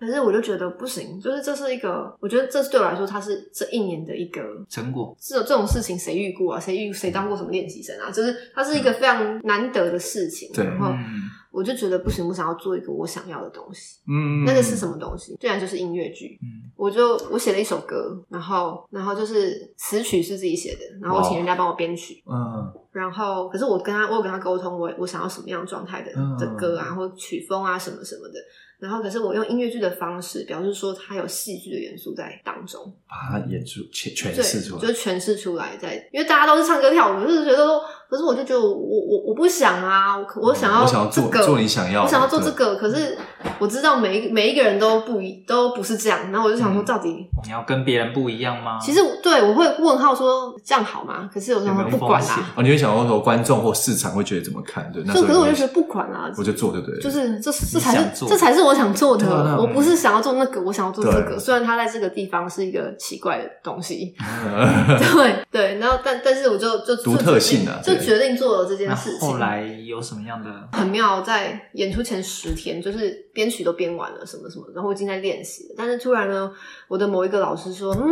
C: 可是我就觉得不行，就是这是一个，我觉得这对我来说，它是这一年的一个
A: 成果
C: 这种这种事情谁遇过啊？谁遇谁当过什么练习生啊？就是它是一个非常难得的事情。
B: 嗯对
C: 然后
A: 嗯，
C: 我就觉得不行，我想要做一个我想要的东西。
B: 嗯
C: 那个是什么东西？居然就是音乐剧。
A: 嗯
C: 我就我写了一首歌，然后然后就是词曲是自己写的，然后我
B: 哦
C: 请人家帮我编曲。
B: 嗯，
C: 然后可是我跟他，我有跟他沟通，我我想要什么样状态的
B: 嗯
C: 的歌啊，或曲风啊什么什么的。然后可是我用音乐剧的方式，表示说它有戏剧的元素在当中。
B: 把它演出诠诠
C: 对，
B: 释出来，
C: 就是诠释出来在，因为大家都是唱歌跳舞，就是觉得说，可是我就觉得我我我不想啊，我可我想要
B: 嗯我想要
C: 这
B: 做
C: 个，
B: 做你想要的，
C: 我想要做这
B: 对，嗯
C: 个，可是我知道每一每一个人都不一都不是这样，然后我就想说，
A: 嗯
C: 到底、
A: 你要跟别人不一样吗？
C: 其实我对我会问号说这样好吗？可是我想
A: 有
C: 说
A: 没有
C: 不管
A: 风险
C: 啦，
B: 哦，你会想到说观众或市场会觉得怎么看，对，那时候
C: 就可是我
B: 有
C: 就觉得不管啦，
B: 我就做，对不对？
C: 就是这这
A: 你
C: 才
A: 想
C: 是
A: 做
C: 这才是我想做的
B: 对啊对啊，
C: 我不是想要做那个，我想要做这
B: 对
C: 个，虽然它在这个地方是一个奇怪的东 西，
B: 嗯
C: 对对，然后但但是我就就
B: 独特性啊
C: 就
B: 对
C: 决定做了这件
A: 那
C: 事情。
A: 后来有什么样的？
C: 很妙，在演出前十天，就是编曲都编完了，什么什么，然后我已经在练习了。但是突然呢，我的某一个老师说，嗯，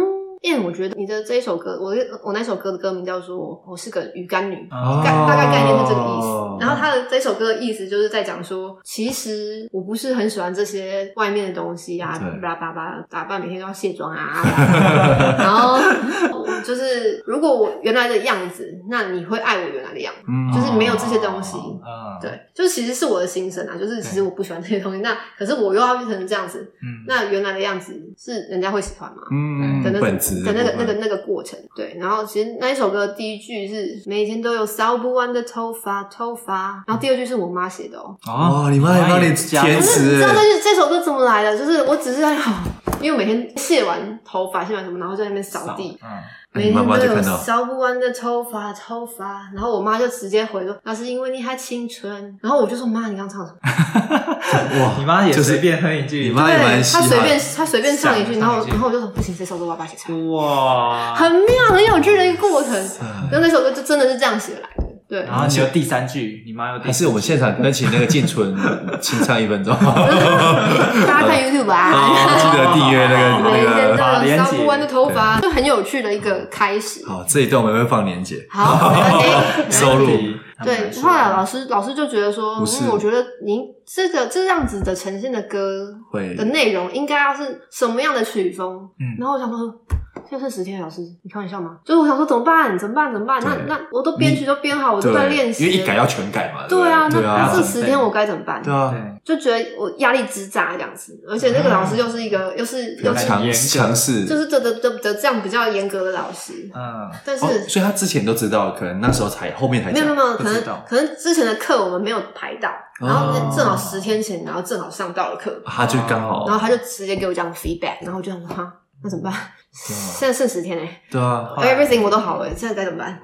C: 燕，我觉得你的这一首歌，我我那首歌的歌名叫做《我是个鱼干女》，
A: 哦
C: 概大概概念是这个意
B: 哦
C: 思。然后他的这首歌的意思就是在讲说，其实我不是很喜欢这些外面的东西啊
B: 对，
C: 巴拉巴拉打扮，每天都要卸妆啊。巴拉巴拉然后 我就是，如果我原来的样子，那你会爱我原来的样子，
B: 嗯
C: 就是没有这些东西。
A: 嗯，，
C: 对，就其实是我的心声啊，就是其实我不喜欢这些东西，那可是我又要变成这样子，
A: 嗯，
C: 那原来的样子是人家会喜欢吗？
B: 嗯
C: 的那个
B: 本质
C: 的那
B: 部
C: 个那个
B: 分
C: 那个过程，对。然后其实那一首歌第一句是每天都有扫不完的头发，头发。然后第二句是我妈写的哦。
A: 哦，
B: 哦，你妈也帮你
A: 可
B: 填
C: 可是你
B: 词
C: 知道，这这首歌怎么来的？就是我只是在，因为我每天卸完头发，卸完什么，然后在那边扫地，
A: 嗯，
B: 哎
C: 每
B: 你
C: 天
B: 妈妈
C: 都
B: 就
C: 有
B: 看到
C: 烧不完的头发，头发。然后我妈就直接回说：“那是因为你还青春。”然后我就说：“妈，你刚唱什么？”
B: 哇，
A: 你妈也
B: 就是
A: 随便哼一句，
B: 你妈也蛮
C: 他
B: 稀
C: 随
B: 罕
C: 便他随便唱一句，
A: 想
C: 然后
A: 唱一句
C: 然后我就说不行，这首歌我要把它写出来，
B: 嗯
A: 哇，
C: 很妙很有趣的一个过程。
B: 哎
C: 然后那首歌就真的是这样写来的， 对。
A: 然后你有第三句，你妈有第
B: 还
A: 四
B: 是我们现场跟请那个静纯 清唱一分钟，
C: 大家看 YouTube 吧，
B: 哦记得订阅那个
C: 每
B: 那
C: 天
B: 个。
A: 把
C: 都有
A: 连
C: 烧
A: 结
C: 不完的头发，就很有趣的一个开始。
B: 好，这一段我们会放连接。
C: 好，哎，
B: 收入
C: 对，后来老师老师就觉得说，
B: 不是
C: 嗯，我觉得您这个这样子的呈现的歌
B: 会
C: 的内容应该要是什么样的曲风？
A: 嗯
C: 然后我想说，现在是十天，老师，你开玩笑吗？就是我想说怎么办？怎么办？怎么办？那
B: 对
C: 那我都编曲都编好，我都在
B: 对
C: 练习
B: 因
C: 了。
B: 为一改要全改嘛。
C: 对啊，
B: 对
C: 那
B: 啊
C: 那，这十天我该怎么办？
B: 对啊，
A: 对，
C: 就觉得我压力之大这样子，而且那个老师又是一个又是
A: 严
C: 又是
B: 嗯强
A: 格
B: 强势
C: 就是这的的的这样比较严格的老师，
A: 嗯，
C: 但是
B: 哦，所以他之前都知道，可能那时候才后面才
C: 没有没
B: 讲
C: 有没有，
A: 不
C: 可
A: 知
C: 能
A: 道
C: 可能之前的课我们没有排到，然后
B: 哦
C: 正好十天前，然后正好上到了课，
B: 他就刚好
C: 然后他就直接给我这样 feedback，然后我就想说哈，那怎么办？
B: 啊
C: 现在剩十天哎、
B: 对啊，
A: 后来
C: e v e r y t h i n g 我都好了，现在该怎么办？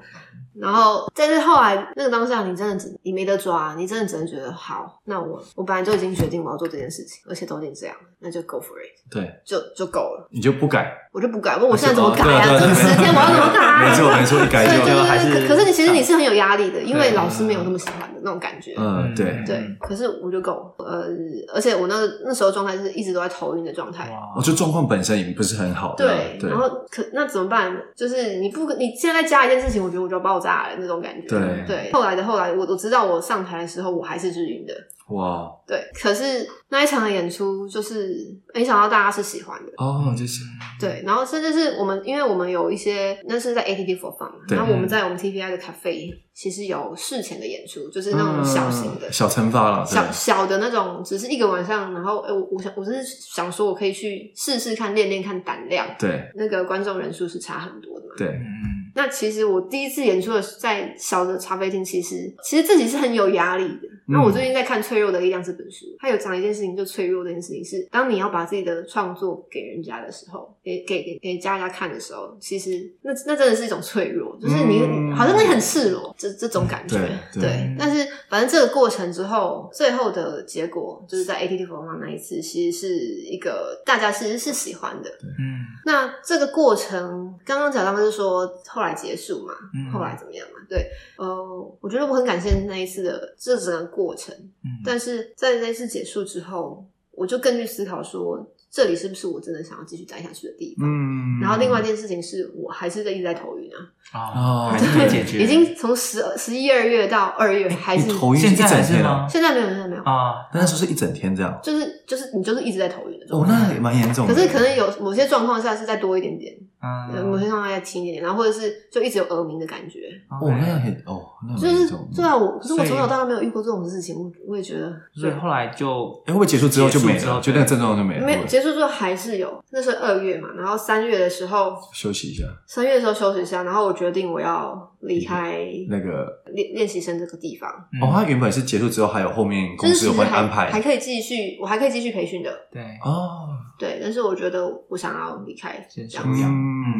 C: 然后，但是后来那个当下，你真的只你没得抓，你真的只能觉得好，那我我本来就已经决定我要做这件事情，而且都已经这样，那就 go for it，
B: 对，
C: 就就够了，
B: 你就不改，
C: 我就不改，问我现在怎么改
B: 对啊对啊
C: 这
B: 对啊
C: 十天我要怎么改、啊？
B: 没错没错，一改
C: 对
B: 就
C: 对
A: 还
C: 对
A: 是
C: 对，可可是你其实你是很有压力的，因为
B: 对啊
C: 老师没有那么喜欢的那种感觉。
B: 嗯，对
A: 嗯，
C: 对，可是我就够呃，而且我那那时候状态是一直都在头晕的状态。
B: 我觉得哦状况本身也不是很好啦，
C: 对，
B: 对
C: 然，后可那怎么办？就是你不，你现在加一件事情，我觉得我就要爆炸了那种感觉。
B: 对
C: 后来的后来，我我知道我上台的时候，我还是是晕的。
B: 哇，
C: 对，可是那一场的演出，就是没想到大家是喜欢的。
B: 哦，就是
C: 对，然后甚至是我们，因为我们有一些那是在 ATT for fun，嘛
B: 对
C: 然后我们在我们 TPI 的 cafe 其实有事前的演出，就是那种
B: 嗯
C: 小型的、
B: 小惩罚了，对
C: 小小的那种，只是一个晚上。然后，哎、我我想我是想说，我可以去试试看，练练看胆量。
B: 对
C: 那个观众人数是差很多的嘛。
B: 对，
A: 嗯
C: 那其实我第一次演出的是在小的咖啡厅，其实其实自己是很有压力的。那
B: 嗯
C: 我最近在看《脆弱的力量》这本书，它有讲一件事情，就脆弱这件事情是，当你要把自己的创作给人家的时候，给给给给家家看的时候，其实那那真的是一种脆弱，就是你、
B: 嗯
C: 好像你很赤裸，这这种感觉。
B: 对对
C: 但是反正这个过程之后，最后的结果就是在 ATT 佛王那一次，其实是一个大家其实是喜欢的。
A: 嗯
C: 那这个过程，刚刚讲到是说后来结束嘛，
A: 嗯
C: 后来怎么样嘛？对，呃，我觉得我很感谢那一次的这整个过程，
A: 嗯
C: 但是在那次结束之后，我就更去思考说，这里是不是我真的想要继续待下去的地方？
B: 嗯
C: 然后另外一件事情是我还是在一直在头晕啊，
A: 哦
B: 哦，
A: 还是没解决，
C: 已经从十十一二月到二月还
B: 你
C: 是
B: 头晕是
A: 现
B: 一
A: 在还
B: 整
A: 是
B: 天啊
A: 吗，？
C: 现在没有，现在没有，
A: 啊，
B: 那时候是一整天这样，
C: 就是就是你就是一直在头晕的状
B: 哦，
C: 态。
A: 嗯
B: 那也蛮严重的，
C: 可是可能有某些状况下是再多一点点，呃某
A: 嗯，
C: 些状况下轻一点点，然后或者是就一直有耳鸣的感觉，
B: 哦，那很哦，那很
C: 就是
B: 严重
C: 对啊，我可是
A: 所
C: 我
A: 以
C: 从小到大没有遇过这种事情，我我也觉得
A: 所以后来就
B: 哎，会不会结束之后就
A: 结
B: 没
A: 束之后
B: 了？就那个症状就没了，
C: 没
B: 会
C: 有
B: 不会
C: 结束之后还是有，那是二月嘛，然后三月的时候，
B: 休息一下，
C: 三月的时候休息一下，然后我决定我要离开
B: 那个
C: 练练习生这个地方，
A: 嗯
B: 哦，他原本是结束之后还有后面
C: 就
B: 公
C: 是
B: 司
C: 其
B: 有
C: 实
B: 帮你
C: 还
B: 安
C: 还
B: 排
C: 可以继续，我还可以继续培训的，
A: 对，
B: 哦，
C: 对，但是我觉得我想要离开这
A: 先
C: 样
A: 休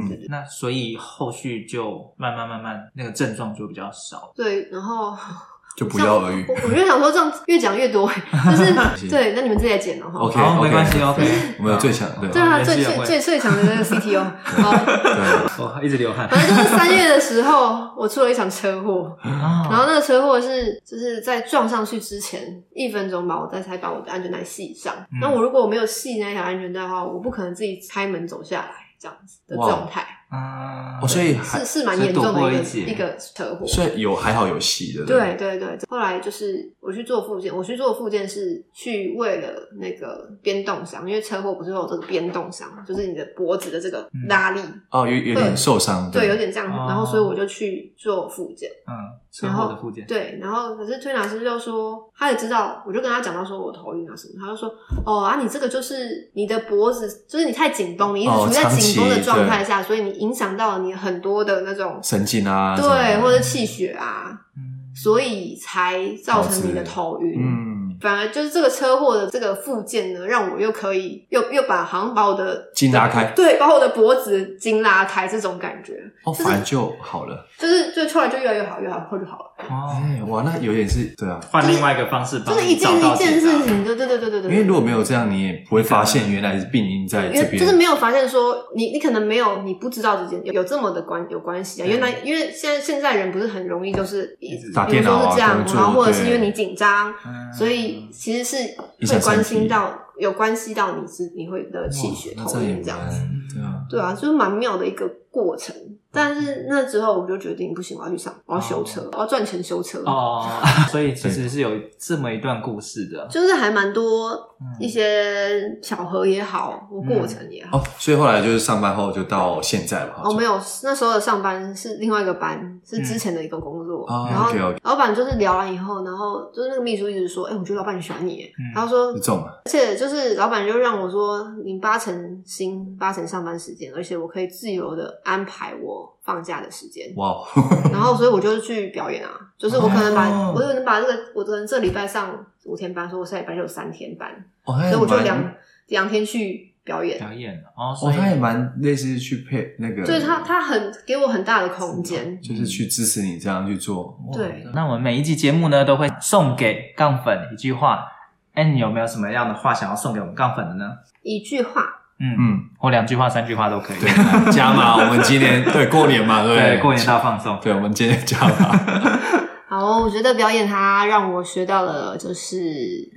C: 子
A: 息。
B: 嗯，
A: 那所以后续就慢慢慢慢那个症状就比较少，
C: 对，然后
B: 就不药而愈
C: 我我就想说，这样越讲越多，欸就是对，那你们自己来剪了哈。
B: OK，
A: 好，
B: OK
A: 没关系，OK，
B: 我们有最强对
C: 对啊，
A: 没
C: 最
A: 事
C: 最
A: 会
C: 最最强的那个 CTO，好，
B: 对，
A: 我一直流汗，
C: 反正就是三月的时候，我出了一场车祸，
B: 啊
A: 然
C: 然后那个车祸是就是在撞上去之前一分钟吧，我再才把我的安全带系上。
A: 嗯
C: 那、我如果我没有系那条安全带的话，我不可能自己开门走下来这样子的
B: 哇
C: 状态，
A: 啊
B: 哦，所以还
C: 是是蛮严重
A: 所以躲
C: 的
A: 过
C: 一
A: 一
C: 个
A: 劫
C: 一个车祸。
B: 所以有还好有戏的，
C: 对对对，后来就是我去做复健，我去做复健是去为了那个边动伤，因为车祸不是会有这个边动伤，就是你的脖子的这个
A: 嗯
C: 拉力，
B: 哦，有有点受伤，
C: 对，有点这样，
A: 哦
C: 然后所以我就去做复健。
A: 嗯，车祸的附件，
C: 对，然后可是推拿师就说，他也知道，我就跟他讲到说我头晕啊什么，他就说，哦啊，你这个就是你的脖子，就是你太紧绷，你一直
B: 哦
C: 处在
B: 长
C: 紧
B: 期
C: 绷的状态
B: 对
C: 下，所以你影响到了你很多的那种
B: 神经啊，什么
C: 对，
B: 的
C: 或者气血啊，
A: 嗯
C: 所以才造成你的头晕。
B: 嗯，
C: 反而就是这个车祸的这个附件呢，让我又可以又又把好像把我的
B: 筋拉开
C: 对，把我的脖子筋拉开这种感觉，
B: 哦，反而就好了，
C: 就是就后来就越来越好，越来越好就好了。
A: 哦，
B: 哎，哇，那有点是对啊，
A: 换另外一个方式
C: 就
A: 帮
C: 是
A: 你
C: 一件
A: 找到
C: 一件
A: 解答
C: 事，情，对对对对对对。
B: 因为如果没有这样，你也不会发现原来是病因在
C: 因
B: 这
C: 为
B: 边，
C: 就是没有发现说你你可能没有你不知道之间有有这么的关有关系啊，
A: 对
C: 原来因为现在现在人不是很容易就是一
A: 直
C: 比
B: 打
C: 如
B: 电脑
C: 说
B: 啊
C: 是这样，
B: 工作
C: 然后或者是
B: 对
C: 因为你紧张，
A: 嗯
C: 所以其实是
B: 影
C: 会
B: 响
C: 关
B: 身
C: 心
B: 体
C: 到有关系到你是你会的气
B: 哇
C: 血
B: 那
C: 头
B: 也
C: 晕这样子，
B: 蛮对啊，
C: 对啊，就是蛮妙的一个过程。但是那之后我就决定不行，我要去上，我要修
B: 哦
C: 车，我要赚钱修车。
A: 哦， 所以其实是有这么一段故事的，
C: 就是还蛮多
A: 嗯
C: 一些巧合也好，或过程也好，
B: 哦，所以后来就是上班后就到现在了，
C: 哦，没
B: 有，
C: 有，那时候的上班是另外一个班，是之前的一个
B: 嗯
C: 工作。
B: 哦
C: 然后
B: OK，OK
C: 老板就是聊完以后，然后就是那个秘书一直说：“哎、我觉得老板很喜欢你。
A: 嗯
C: 然后说
B: 你，中了，
C: 而且就是老板就让我说，你八成薪，八成上班时间，而且我可以自由的安排我放假的时间。
B: 哇哦，
C: 然后，所以我就去表演啊，就是我可能把，
B: 哦
C: 我可能把这个，我可能这礼拜上五天班，所以我下礼拜就有三天班，
B: 哦，那
C: 所以
B: 也
C: 我就
B: 蛮
C: 两两天去表演。
A: 表演哦，所
B: 哦，
A: 以
B: 他也蛮类似去配那个，
C: 所以他他很给我很大的空间，
B: 就是去支持你这样去做，哇
C: 对
A: 那我们每一集节目呢，都会送给杠粉一句话。哎，你有没有什么样的话想要送给我们杠粉的呢？
C: 一句话，
A: 嗯，
B: 嗯，
A: 或两句话、三句话都可以。
B: 对，加码，我们今年对过年嘛，对 不
A: 对，过年大放送。
B: 对，我们今年加码，
C: 好，我觉得表演它让我学到了，就是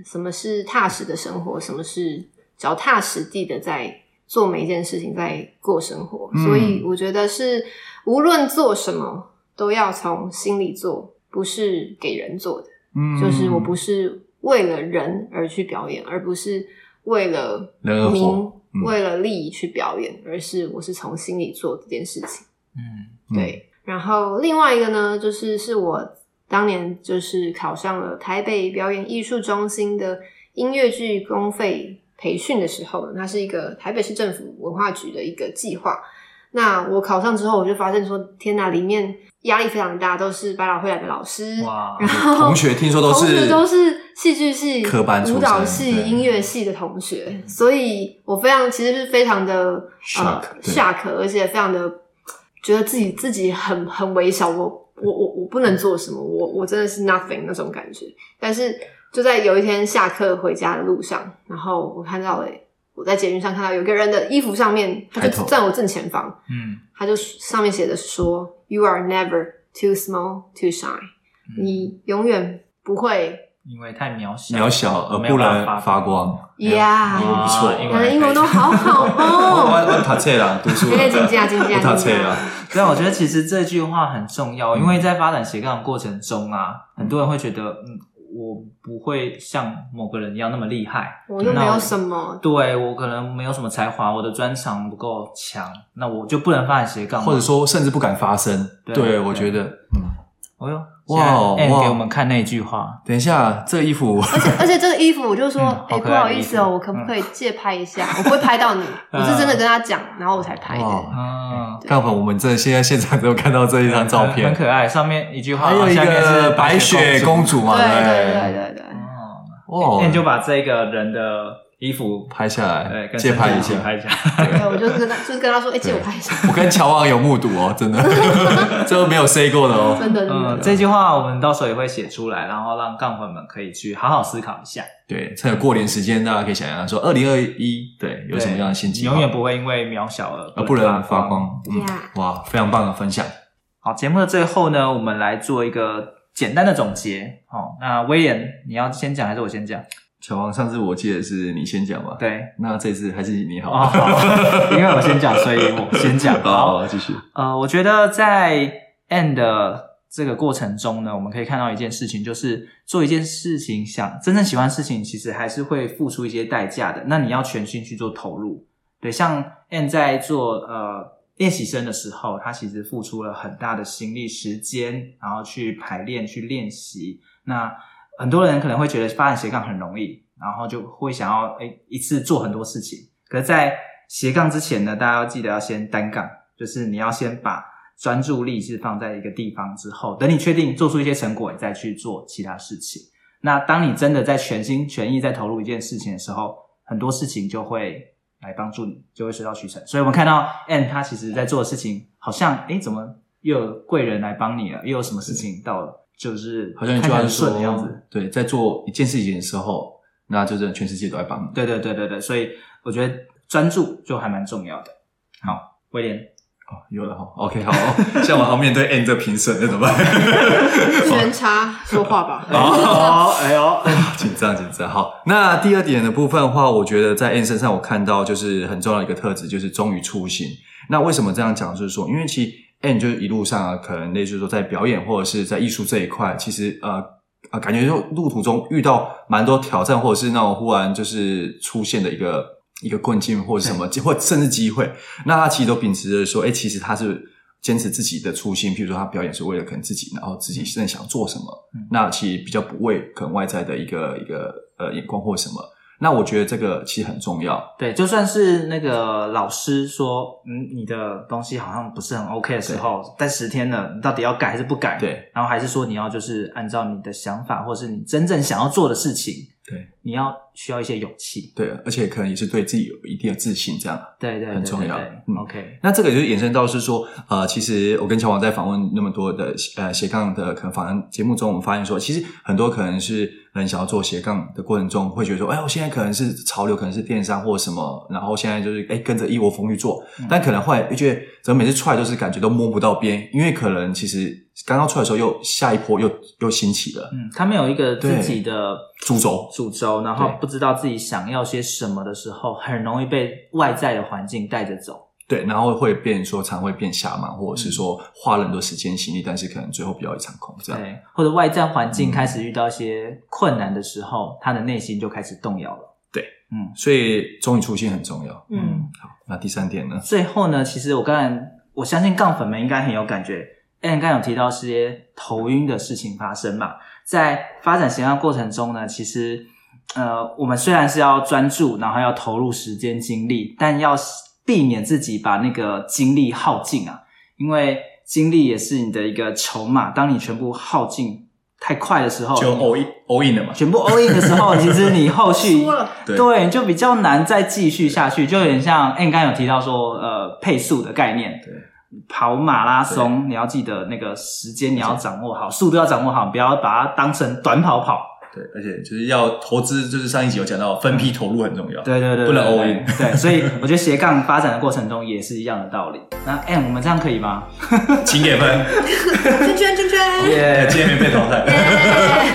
C: 什么是踏实的生活，什么是脚踏实地的在做每一件事情，在过生活。
B: 嗯
C: 所以我觉得是无论做什么，都要从心里做，不是给人做的。
B: 嗯
C: 就是我不是为了人而去表演，而不是为了
B: 人而活
C: 名、
B: 嗯
C: 为了利益去表演，而是我是从心里做这件事情。
A: 嗯，
C: 对，然后另外一个呢，就是是我当年就是考上了台北表演艺术中心的音乐剧公费培训的时候呢，它是一个台北市政府文化局的一个计划。那我考上之后，我就发现说，天哪，里面压力非常大，都是百老汇来的老师，
A: 哇，
B: 同学听说都
C: 哦同
B: 是
C: 学都是戏剧系、
B: 科班出身
C: 舞蹈系、
B: 对
C: 音乐系的同学，所以我非常其实是非常的
B: Shock，
C: 呃
B: 对
C: shock，而且非常的觉得自己自己很很微小，我我我我不能做什么，我我真的是 nothing 那种感觉。但是就在有一天下课回家的路上，然后我看到了我在捷运上看到有一个人的衣服上面，他
B: 抬头
C: 就站我正前方，
A: 嗯，
C: 他就上面写的是说，You are never too small to shine，、你
B: 嗯
C: 永远不会
A: 因为太渺小，啊
B: 渺小而
A: 没
B: 不
A: 有办
B: 能
A: 法
B: 发。光。
C: 呀。
B: 不错
A: 哎哇
B: 英
C: 你
A: 英
C: 的
A: 文
C: 英文都好好
B: 我
C: 哦。
B: 我读册啦，读书啦，
C: 哎真正真正
B: 我读册
C: 真
B: 啦
C: 正，
A: 对啊，我觉得其实这句话很重要，
B: 嗯
A: 因为在发展斜杠的过程中啊，很多人会觉得，嗯，我不会像某个人一样那么厉害，
C: 我又
A: 那
C: 没有什么，
A: 对我可能没有什么才华，我的专长不够强，那我就不能发展斜杠嘛。
B: 或者说甚至不敢发声。
A: 对
B: 对，
A: 对
B: 我觉得，嗯，
A: 哦哟，
B: 哇哦
A: 现在 Anne
B: 哇
A: 给我们看那句话，
B: 等一下，这衣服
C: 而且而且这个衣服，我就说，
A: 嗯
C: 哎、
A: 好
C: 不
A: 可爱的
C: 好意思哦、
A: 衣服
C: 我可不可以借拍一下？我不会拍到你，我是真的跟他讲，然后我才拍的。
B: 哇，
A: 嗯，
B: 刚哦好我们这现在现场都有看到这一张照
A: 很很
B: 片，
A: 可爱，上面一句话，
B: 还有一
A: 下面是
B: 个白雪公
A: 主。
B: 主
C: 对
B: 嘛，
C: 对
B: 不
C: 对对对，
A: 哦，
B: 哇，
A: 那你就把这个人的衣服
B: 拍下
A: 对
B: 来，
A: 哎跟
B: 借拍一
A: 身
B: 下
A: 体。拍一下。
C: 对，我就是跟他就是跟他说，哎、借我拍一下，
B: 我跟乔王有目睹哦，真的， 这都没有 say 过的哦。
C: 真的真
A: 嗯，
C: 的。
A: 这句话我们到时候也会写出来，然后让杠粉们可以去好好思考一下。
B: 对，趁着过年时间，大家可以想象说，二零二一对有什么样的新
A: 你
B: 计划
A: 永远不会因为渺小而
B: 而啊不能
A: 发
B: 发。光。嗯
C: Yeah，
B: 哇，非常棒的分享。
A: 好，节目的最后呢，我们来做一个简单的总结。哦，那威廉，你要先讲还是我先讲？
B: 乔王，上次我记得是你先讲吧？
A: 对，
B: 那这次还是你
A: 哦，
B: 好。
A: 好， 因为我先讲，所以我先讲。好，
B: 继续。
A: 呃，我觉得在 end 的这个过程中呢，我们可以看到一件事情，就是做一件事情，想真正喜欢的事情，其实还是会付出一些代价的。那你要全心去做投入。对，像 end 在做呃练习生的时候，他其实付出了很大的心力、时间，然后去排练、去练习。那很多人可能会觉得发展斜杠很容易，然后就会想要哎一次做很多事情。可是，在斜杠之前呢，大家要记得要先单杠，就是你要先把专注力是放在一个地方之后，等你确定做出一些成果，你再去做其他事情。那当你真的在全心全意在投入一件事情的时候，很多事情就会来帮助你，就会水到渠成。所以我们看到 Anne 他其实在做的事情，好像哎怎么又有贵人来帮你了，又有什么事情到了，就是
B: 好像你
A: 看
B: 就
A: 起来
B: 要
A: 很
B: 说
A: 顺的样子。，
B: 对，在做一件事情的时候，那就是全世界都在帮你。
A: 对对对对对，所以我觉得专注就还蛮重要的。好，威廉，
B: 哦，有了哈。OK，好，哦 像我要面对 N 这评审，那怎么办？
A: 嗯
C: 全插说话吧。
A: 哦，哎呦，
B: 紧张紧张。好，那第二点的部分的话，我觉得在 N 身上我看到就是很重要的一个特质，就是忠于初心。那为什么这样讲？就是说，因为其实 N 就是一路上啊，可能类似说在表演或者是在艺术这一块，其实呃。啊，感觉就路途中遇到蛮多挑战，或者是那种忽然就是出现的一个一个困境，或者什么，或甚至机会。那他其实都秉持着说，哎、其实他是坚持自己的初心，譬如说他表演是为了可能自己，然后自己真的想做什么，那其实比较不为可能外在的一个一个呃眼光或什么。那我觉得这个其实很重要，
A: 对，就算是那个老师说，嗯，你的东西好像不是很 OK 的时候，但十天了，你到底要改还是不改？，
B: 对
A: 然后还是说你要就是按照你的想法，或是你真正想要做的事情
B: 对，
A: 你要需要一些勇气，
B: 对，而且可能也是对自己有一定的自信，这样。
A: 对对对，
B: 很重要
A: 对对
B: 嗯
A: OK，
B: 那这个就是延伸到是说，呃，其实我跟乔王在访问那么多的呃斜杠的可能访谈节目中，我们发现说，其实很多可能是人想要做斜杠的过程中，会觉得说，哎，我现在可能是潮流，可能是电商或什么，然后现在就是哎跟着一窝蜂去做，
A: 嗯
B: 但可能后来又觉得，怎么每次出来都是感觉都摸不到边，因为可能其实刚刚出来的时候又下一波又又兴起了，
A: 嗯，他们有一个自
B: 对
A: 己的
B: 主轴
A: 主轴，然后
B: 对
A: 不知道自己想要些什么的时候，很容易被外在的环境带着走。
B: 对，然后会变说常会变瞎忙，或者是说花了很多时间心力，但是可能最后比较一场空这
A: 嗯
B: 样。
A: 对，或者外在环境
B: 啊嗯
A: 开始遇到一些困难的时候，他的内心就开始动摇了。
B: 对，
A: 嗯
B: 所以忠于初心很重要。
C: 嗯，
B: 好，那第三点呢？
A: 最后呢，其实我刚才我相信杠粉们应该很有感觉。a n 刚才有提到是些头晕的事情发生嘛，在发展斜杠过程中呢，其实呃，我们虽然是要专注，然后要投入时间精力，但要避免自己把那个精力耗尽啊，因为精力也是你的一个筹码。当你全部耗尽太快的时候，
D: 就 all in all in 了嘛，
A: 全部 all in 的时候，其实你后续
C: 输了
D: 对
A: 对就比较难再继续下去，就有点像 N 刚刚有提到说，呃，配速的概念，
D: 对，
A: 跑马拉松你要记得那个时间你要掌握好，速度要掌握好，不要把它当成短跑跑。
D: 对，而且就是要投资，就是上一集有讲到分批投入很重要，
A: 对对对，
D: 不能
A: 对
D: all
A: 对
D: in
A: 对，所以我觉得斜杠发展的过程中也是一样的道理。那 N 我们这样可以吗？
D: 请给 分，哎
C: 圈圈圈圈，
A: 耶
D: 今天没被淘汰，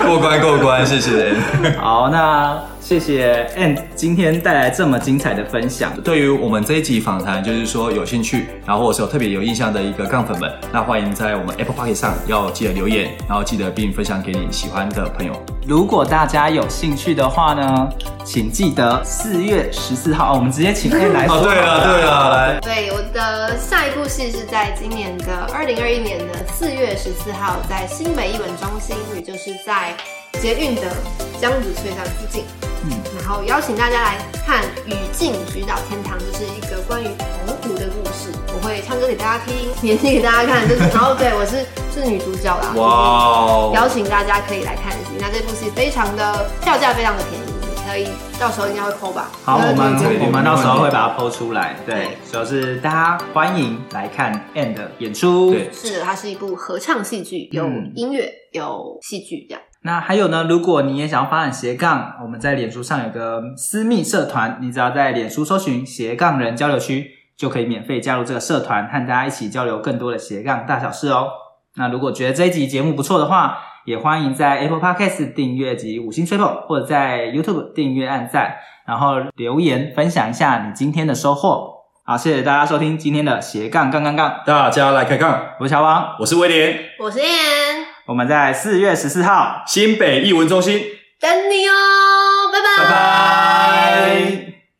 B: 过关过关，谢谢。
A: 好，那谢谢 N 今天带来这么精彩的分享。
B: 对于我们这一集访谈，就是说有兴趣，然后或者是有特别有印象的一个杠粉们，那欢迎在我们 Apple p o c k e t 上要记得留言，然后记得并分享给你喜欢的朋友。
A: 如果大家有兴趣的话呢，请记得四月十四号，我们直接请 A 来说。
B: 哦，对了 对了，来，
C: 对，我的下一部戏是在今年的二零二一年的四月十四号，在新北艺文中心，也就是在捷运的江子翠站附近。
A: 嗯
C: 嗯，然后邀请大家来看《雨境菊岛天堂》，就是一个关于澎湖的故事。我会唱歌给大家听，演戏给大家看，就是然后对我是是女主角啦。
B: 哇
C: 就是邀
B: 哦，
C: 请大家可以来看一集。那这部戏非常的票价非常的便宜，你可以到时候应该会扣吧。
A: 好，我
C: 应该会
A: 们
C: 扣
A: 我们到时候会把它剖出来。对
C: 对，
A: 主要是大家欢迎来看 N 的演出。
B: 对，
C: 是的，它是一部合唱戏剧，有
A: 嗯
C: 音乐，有戏剧这样。
A: 那还有呢，如果你也想要发展斜杠，我们在脸书上有个私密社团，你只要在脸书搜寻斜杠人交流区，就可以免费加入这个社团，和大家一起交流更多的斜杠大小事哦。那如果觉得这一集节目不错的话，也欢迎在 Apple Podcast 订阅及五星吹捧，或者在 YouTube 订阅按赞，然后留言分享一下你今天的收获。好，谢谢大家收听今天的斜杠杠杠杠，
D: 大家来开杠，
A: 我是乔王，
D: 我是威廉，
C: 我是燕，
A: 我们在四月十四号
D: 新北艺文中心。
C: 等你哦。